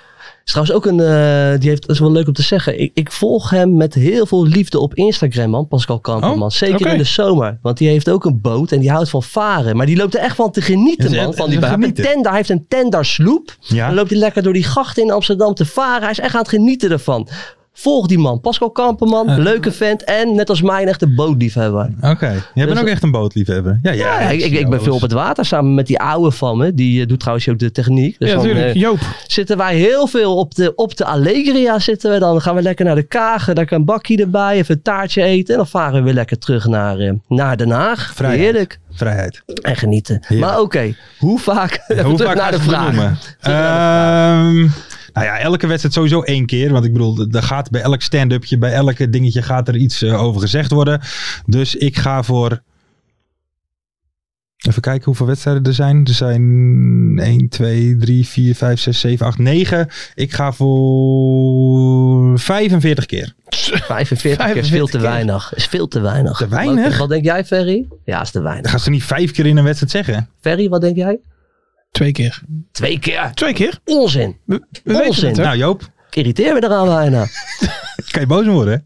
Speaker 5: Is trouwens ook een, eh, die heeft, dat is wel leuk om te zeggen. Ik, ik volg hem met heel veel liefde op Instagram, man. Pascal Kamperman.
Speaker 3: Oh,
Speaker 5: Zeker
Speaker 4: oké.
Speaker 5: in de zomer. Want die heeft ook een boot en die houdt van varen. Maar die loopt er echt van te genieten,
Speaker 3: Ja, ze-
Speaker 5: man. Van die
Speaker 3: ze
Speaker 5: boot. Hij heeft een
Speaker 3: genieten.
Speaker 5: tender- Hij heeft een tendersloep.
Speaker 3: Ja.
Speaker 5: Dan loopt hij lekker door die grachten in Amsterdam te varen. Hij is echt aan het genieten ervan. Volg die man. Pascal Kamperman.
Speaker 3: Eh.
Speaker 5: leuke vent. En net als mij een echte bootliefhebber.
Speaker 3: Oké, jij bent
Speaker 5: Dus-
Speaker 3: ook echt een bootliefhebber. Ja, ja,
Speaker 5: Ja, ik,
Speaker 3: zie
Speaker 5: ik, ik ben
Speaker 3: alles.
Speaker 5: veel op het water samen met die oude van me. Die eh, doet trouwens ook de techniek. Dus
Speaker 4: Ja,
Speaker 5: dan,
Speaker 4: natuurlijk.
Speaker 5: eh,
Speaker 4: Joop.
Speaker 5: zitten wij heel veel op de, op de Allegria zitten we dan. Dan gaan we lekker naar de Kagen, daar kan een bakje erbij, even een taartje eten. En dan varen we weer lekker terug naar, eh, naar Den Haag.
Speaker 3: Vrijheid.
Speaker 5: Heerlijk.
Speaker 3: Vrijheid.
Speaker 5: En genieten.
Speaker 3: Heerlijk.
Speaker 5: Maar oké, hoe vaak? Even
Speaker 3: Hoe
Speaker 5: terug
Speaker 3: vaak gaan
Speaker 5: naar de
Speaker 3: ze het
Speaker 5: vraag.
Speaker 3: benoemen? Ehm, nou ja, elke wedstrijd sowieso één keer. Want ik bedoel, er gaat bij elk stand-upje, bij elke dingetje gaat er iets eh, over gezegd worden. Dus ik ga voor... Even kijken hoeveel wedstrijden er zijn. Er zijn 1, 2, 3, 4, 5, 6, 7, 8, 9. Ik ga voor 45 keer.
Speaker 5: 45 keer is veel
Speaker 3: 45
Speaker 5: te
Speaker 3: keer.
Speaker 5: weinig. Is veel te weinig.
Speaker 3: Te weinig?
Speaker 5: Wat, wat denk jij, Ferry? Ja, is te weinig.
Speaker 3: Dan gaan ze niet vijf keer in een wedstrijd zeggen.
Speaker 5: Ferry, wat denk jij?
Speaker 4: Twee keer.
Speaker 5: Twee keer.
Speaker 4: Twee keer.
Speaker 5: Onzin.
Speaker 4: We, we weten
Speaker 5: Onzin.
Speaker 4: het, hè?
Speaker 3: Nou Joop,
Speaker 5: Ik irriteer me eraan bijna.
Speaker 3: kan je boos om worden?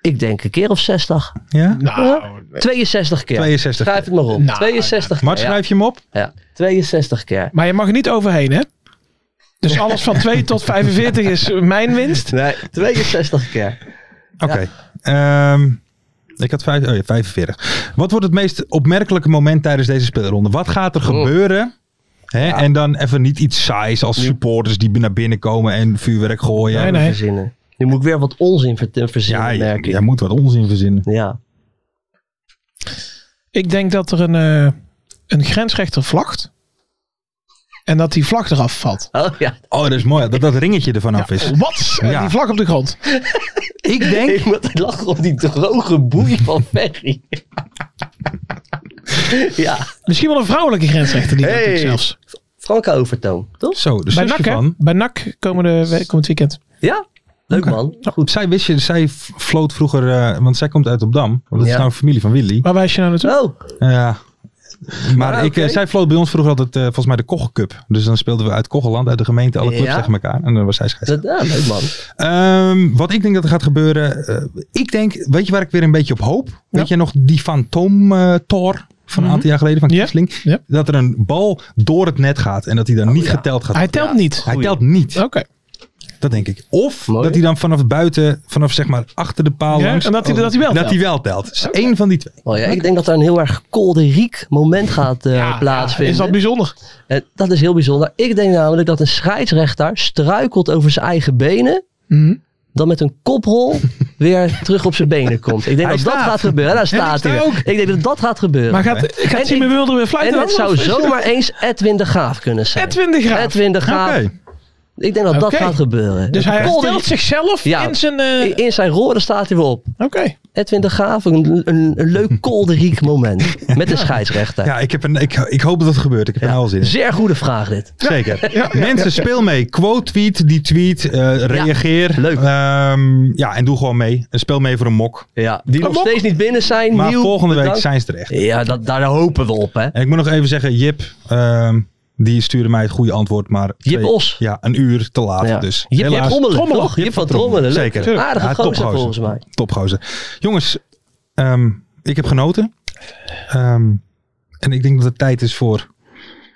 Speaker 5: Ik denk een keer of 60.
Speaker 3: hè? Ja?
Speaker 4: Nou,
Speaker 5: 62 keer.
Speaker 3: 62
Speaker 5: Schrijf het maar op.
Speaker 4: Nou,
Speaker 5: 62 keer.
Speaker 3: Mart,
Speaker 5: ja.
Speaker 3: schrijf je hem op?
Speaker 5: Ja, 62 keer.
Speaker 4: maar je mag er niet overheen, hè? Dus alles van 2 tot 45 is mijn winst.
Speaker 5: Nee, 62 keer.
Speaker 3: Oké. Ehm, ik had vijf, oh ja, 45. Wat wordt het meest opmerkelijke moment tijdens deze speelronde? Wat gaat
Speaker 5: Oh.
Speaker 3: er gebeuren? Hè? En dan even niet iets saais als supporters die naar binnen komen en vuurwerk gooien.
Speaker 4: Nee, nee.
Speaker 5: Verzinnen. Nu moet ik weer wat onzin ver- verzinnen,
Speaker 3: Ja,
Speaker 5: ja,
Speaker 3: jij,
Speaker 5: merk ik.
Speaker 3: jij moet wat onzin verzinnen.
Speaker 5: Ja.
Speaker 4: Ik denk dat er een, eh, een grensrechter vlagt. En dat die vlag eraf valt.
Speaker 5: Oh ja.
Speaker 3: Oh, dat is mooi. Dat dat ringetje ervan af is.
Speaker 4: Wat? En
Speaker 3: Ja.
Speaker 4: Die vlag op de grond.
Speaker 3: Ik denk...
Speaker 5: Ik moet lachen op die droge boei van Ferry. ja.
Speaker 4: Misschien wel een vrouwelijke grensrechter. Die dat
Speaker 5: Hey.
Speaker 4: doet zelfs.
Speaker 5: Franka Overtoon, toch?
Speaker 3: Zo, de
Speaker 4: Bij
Speaker 3: zusje
Speaker 4: NAC, hè?
Speaker 3: van...
Speaker 4: Bij NAC komende, we- komend weekend.
Speaker 5: Ja? Leuk man.
Speaker 3: Goed. Zij wist je, zij floot vroeger, eh, want zij komt uit op Dam. Want dat is
Speaker 5: Ja.
Speaker 3: nou een familie van Willy.
Speaker 4: Waar wijs je nou naartoe?
Speaker 5: Oh,
Speaker 3: Ja. Maar
Speaker 5: Ah,
Speaker 3: ik, eh,
Speaker 5: oké.
Speaker 3: zij vloot bij ons vroeger altijd eh, volgens mij de Kochelcup. Dus dan speelden we uit Kocheland, uit de gemeente, alle clubs
Speaker 5: Ja.
Speaker 3: tegen elkaar. En dan was zij scheidsrechter.
Speaker 5: dat, ja, leuk man.
Speaker 3: Ehm, wat ik denk dat er gaat gebeuren. eh, ik denk, weet je waar ik weer een beetje op hoop? Weet je nog die Fantoom eh Tor van een aantal jaar geleden van
Speaker 4: Mhm. Ja.
Speaker 3: Kiesling?
Speaker 4: Ja. Oh
Speaker 3: Dat er een bal door het net gaat en dat hij dan niet geteld gaat
Speaker 4: Hij
Speaker 3: worden.
Speaker 4: telt niet.
Speaker 3: Hij telt niet,
Speaker 4: Oké.
Speaker 3: dat denk ik. Of
Speaker 5: Mooi.
Speaker 3: dat hij dan vanaf buiten, vanaf zeg maar achter de paal
Speaker 4: Ja,
Speaker 3: langs.
Speaker 4: en dat hij- dat hij wel
Speaker 3: dat
Speaker 4: telt.
Speaker 3: hij wel telt. Dus één van die twee.
Speaker 5: Oh ja, ik denk dat er een heel erg kolderiek moment gaat eh, plaatsvinden.
Speaker 4: Is dat bijzonder?
Speaker 5: Eh, dat is heel bijzonder. Ik denk namelijk dat een scheidsrechter struikelt over zijn eigen benen.
Speaker 4: Mhm.
Speaker 5: Dan met een koprol weer terug op zijn benen komt. Ik denk
Speaker 3: Hij
Speaker 5: dat dat
Speaker 3: staat.
Speaker 5: gaat gebeuren. Daar
Speaker 3: En ik
Speaker 5: staat
Speaker 3: sta
Speaker 5: hij. weer.
Speaker 3: ook.
Speaker 5: Ik denk dat dat gaat gebeuren.
Speaker 4: Maar gaat, gaat
Speaker 5: En
Speaker 4: Simon
Speaker 5: ik-
Speaker 4: Mulder weer fluiten?
Speaker 5: en het
Speaker 4: dan?
Speaker 5: zou
Speaker 4: Of is-
Speaker 5: zomaar eens Edwin de Graaf kunnen zijn.
Speaker 4: Edwin de Graaf.
Speaker 5: Edwin de Graaf.
Speaker 3: Oké.
Speaker 5: Ik denk dat dat
Speaker 4: Oké.
Speaker 5: gaat gebeuren.
Speaker 4: Dus hij
Speaker 5: Kolder-
Speaker 4: herstelt zichzelf
Speaker 5: Ja.
Speaker 4: in zijn... eh,
Speaker 5: in zijn roren staat hij weer op.
Speaker 4: Oké.
Speaker 5: Edwin de Graaf, een, een, een leuk kolderiek moment. Met de scheidsrechter.
Speaker 3: Ja, ik, heb een, ik, ik hoop dat het gebeurt. Ik heb er al zin in.
Speaker 5: Zeer goede vraag dit.
Speaker 3: Zeker. Mensen, speel mee. Quote tweet die tweet. eh, reageer.
Speaker 5: leuk.
Speaker 3: Ehm, ja, en doe gewoon mee. En Speel mee voor een mok.
Speaker 5: Ja, die nog
Speaker 4: mop.
Speaker 5: steeds niet binnen zijn.
Speaker 3: Maar
Speaker 5: Nieuw,
Speaker 3: volgende week
Speaker 5: bedankt.
Speaker 3: zijn ze er echt.
Speaker 5: Ja, dat, daar hopen we op, hè?
Speaker 3: En ik moet nog even zeggen, Jip, ehm, die stuurde mij het goede antwoord. Maar
Speaker 5: Jip Os.
Speaker 3: Ja, een uur te laat.
Speaker 5: Ja.
Speaker 3: Dus
Speaker 5: Jip, Jip
Speaker 3: helaas.
Speaker 5: Trommelen,
Speaker 3: Trommelen.
Speaker 5: toch? Jip van Trommelen, leuk.
Speaker 3: Zeker.
Speaker 5: Aardige
Speaker 3: Ja,
Speaker 5: gozer
Speaker 3: topgozer.
Speaker 5: volgens mij.
Speaker 3: Topgozer. Jongens, ehm, ik heb genoten. Ehm, en ik denk dat het tijd is voor,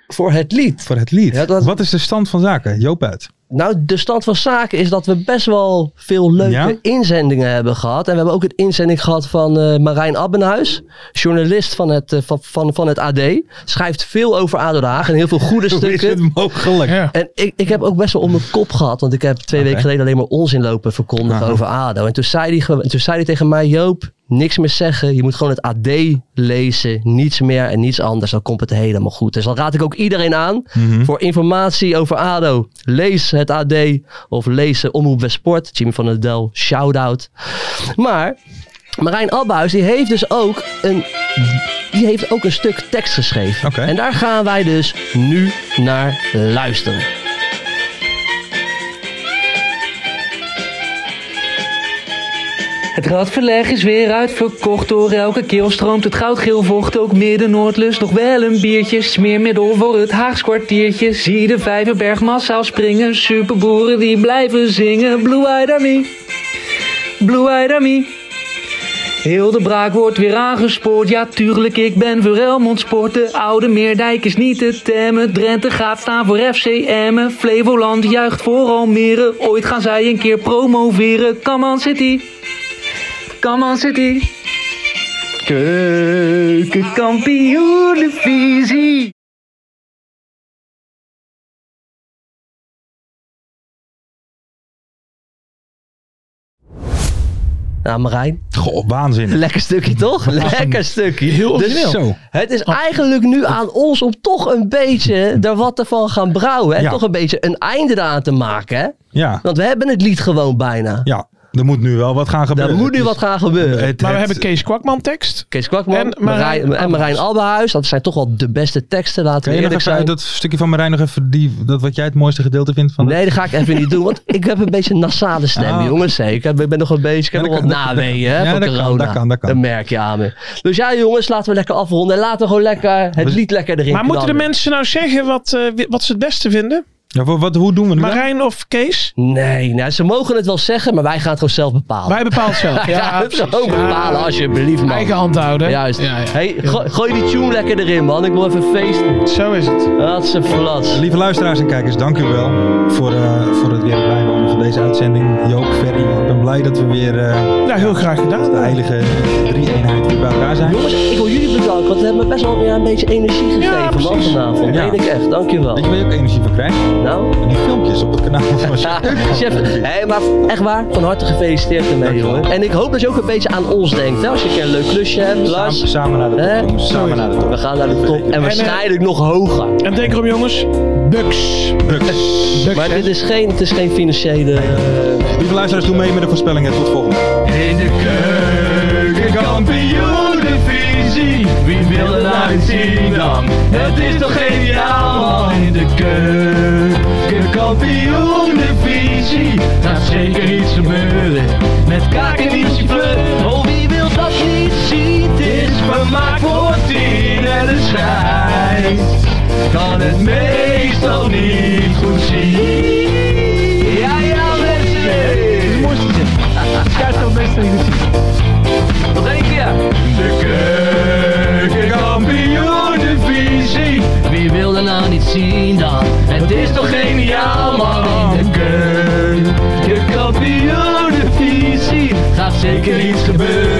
Speaker 5: Voor het lied.
Speaker 3: voor het lied.
Speaker 5: Ja, dat-
Speaker 3: Wat is de stand van zaken? Joop uit.
Speaker 5: Nou, de stand van zaken is dat we best wel veel leuke
Speaker 3: Ja?
Speaker 5: inzendingen hebben gehad. En we hebben ook een inzending gehad van eh, Marijn Abbenhuis, journalist van het, eh, van, van, van het AD. Schrijft veel over ADO Den Haag en heel veel goede
Speaker 3: Hoe is
Speaker 5: stukken.
Speaker 3: het mogelijk?
Speaker 4: Ja.
Speaker 5: En ik, ik heb ook best wel om mijn kop gehad. Want ik heb twee
Speaker 3: Oké.
Speaker 5: weken geleden alleen maar onzin lopen verkondigen
Speaker 3: Aha.
Speaker 5: over ADO. En toen zei, hij, gewoon- toen zei hij tegen mij, Joop, niks meer zeggen. Je moet gewoon het AD lezen. Niets meer en niets anders. Dan komt het helemaal goed. Dus dat raad ik ook iedereen aan. Voor informatie over ADO, lees het AD. Of lees eh, Omroep West Sport. Jimmy van der Del, shout-out. Maar Marijn Abbehuis, die heeft dus ook een... Die heeft ook een stuk tekst geschreven.
Speaker 3: Oké.
Speaker 5: En daar gaan wij dus nu naar luisteren. Het Radverleg is weer uitverkocht door elke keel stroomt het goudgeel vocht. Ook midden Noordlust nog wel een biertje. Smeermiddel voor het Haags kwartiertje. Zie de Vijverberg massaal springen. Superboeren die blijven zingen. Blue Eyed Army, Blue Eyed Army. Heel de braak wordt weer aangespoord. Ja, tuurlijk, ik ben voor Helmond Sport. De oude Meerdijk is niet te temmen. Drenthe gaat staan voor FC Emmen. Flevoland juicht voor Almere. Ooit gaan zij een keer promoveren. Come on City. Come on City. Keukenkampioenenvisie. Nou Marijn,
Speaker 3: Goh, waanzinnig.
Speaker 5: Lekker stukje toch? Lekker stukje.
Speaker 3: Heel
Speaker 5: dus
Speaker 3: origineel. Ah. Zo.
Speaker 5: Het is eigenlijk nu aan ons om toch een beetje er wat ervan gaan brouwen. En
Speaker 3: Ja.
Speaker 5: toch een beetje een einde eraan te maken. Hè?
Speaker 3: Ja.
Speaker 5: Want we hebben het lied gewoon bijna.
Speaker 3: Ja, er moet nu wel wat gaan
Speaker 5: Daar
Speaker 3: gebeuren.
Speaker 5: moet nu wat gaan gebeuren.
Speaker 4: Maar we hebben Kees Kwakman tekst.
Speaker 5: Kees Kwakman
Speaker 4: En
Speaker 5: en
Speaker 4: Marijn
Speaker 5: Marijn, en Marijn
Speaker 4: Abbehuis.
Speaker 5: Albehuis. Dat zijn toch wel de beste teksten, laten
Speaker 3: Kun
Speaker 5: we
Speaker 3: je nog
Speaker 5: eerlijk
Speaker 3: even uit
Speaker 5: zijn.
Speaker 3: dat stukje van Marijn nog even die, dat wat jij het mooiste gedeelte vindt van het-
Speaker 5: Nee, dat ga ik even niet doen, want ik heb een beetje een nasale stem,
Speaker 3: Ah.
Speaker 5: jongens. hè. Ik, heb, ik ben nog een beetje, ik heb
Speaker 3: Ja,
Speaker 5: nog
Speaker 3: dat
Speaker 5: wat
Speaker 3: kan, dat-
Speaker 5: naweeën hè,
Speaker 3: ja,
Speaker 5: van
Speaker 3: dat kan,
Speaker 5: corona.
Speaker 3: dat kan, dat kan.
Speaker 5: merk je aan me. Dus ja, jongens, laten we lekker afronden. En laten we gewoon lekker het
Speaker 3: Dus-
Speaker 5: lied lekker erin
Speaker 4: Maar moeten de
Speaker 5: knallen.
Speaker 4: mensen nou zeggen wat, eh, wi- wat ze het beste vinden?
Speaker 3: Ja, wat, wat- hoe doen we nu? dan?
Speaker 4: Marijn of Kees?
Speaker 5: Nee, nou, ze mogen het wel zeggen, maar wij gaan het gewoon zelf bepalen.
Speaker 4: Wij bepaalt zelf.
Speaker 5: ja,
Speaker 4: Ja,
Speaker 5: het
Speaker 4: precies.
Speaker 5: gewoon bepalen, alsjeblieft, man.
Speaker 4: Eigen hand houden.
Speaker 5: Juist.
Speaker 4: Ja, ja.
Speaker 5: Hey, go- gooi die tune lekker erin, man. Ik wil even feesten.
Speaker 4: Zo is het.
Speaker 5: Dat is flats.
Speaker 3: Lieve luisteraars en kijkers, dank u wel voor, eh, voor het weer bijwonen van deze uitzending. Joop, Ferry, ik ben blij dat we weer eh,
Speaker 4: Ja, heel graag gedaan.
Speaker 3: de heilige drie-eenheid weer bij elkaar zijn.
Speaker 5: Jongens, ik wil jullie bedanken, want we hebben me best wel weer een beetje energie gegeven,
Speaker 4: Ja,
Speaker 5: man,
Speaker 4: precies.
Speaker 5: vanavond.
Speaker 3: Ja.
Speaker 5: Meen ik echt, dankjewel.
Speaker 3: Weet je waar je ook energie van krijgt?
Speaker 5: Nou...
Speaker 3: Van Die filmpjes op het kanaal van
Speaker 5: Ja,
Speaker 3: Chef.
Speaker 5: chef, hé, maar echt waar, van harte gefeliciteerd ermee,
Speaker 3: Dankjewel.
Speaker 5: jongen. En ik hoop dat je ook een beetje aan ons denkt. Hè? Als je een keer een leuk klusje hebt,
Speaker 3: Samen,
Speaker 5: Lars.
Speaker 3: samen naar de
Speaker 5: Hè?
Speaker 3: top, jongens. Samen naar de top. eh,
Speaker 5: We gaan naar de top en waarschijnlijk nog hoger.
Speaker 4: En denk erom jongens. Bucks.
Speaker 3: Bucks.
Speaker 5: Maar dit is geen, het is geen financiële... eh,
Speaker 3: Lieve luisteraars, doe mee met de voorspellingen. Tot volgende week.
Speaker 7: In de keukenkampioenenvisie Wie wil het nou niet zien dan? Het is toch geniaal man In de keukenkampioenenvisie
Speaker 5: kampioen divisie. Gaat zeker iets gebeuren. Met kaken die fleur. Oh, wie wil dat niet zien? Het is vermaakt voor tien en de schijn. Kan het meestal niet goed zien. Ja, ja, mensen. Nu moest je het. Schuif dan meestal niet goed zien. Nog één keer. De keukenkampioenenvisie. Wie wil er nou niet zien dan? Het is toch geniaal man. De keukenkampioenenvisie. Gaat zeker iets gebeuren.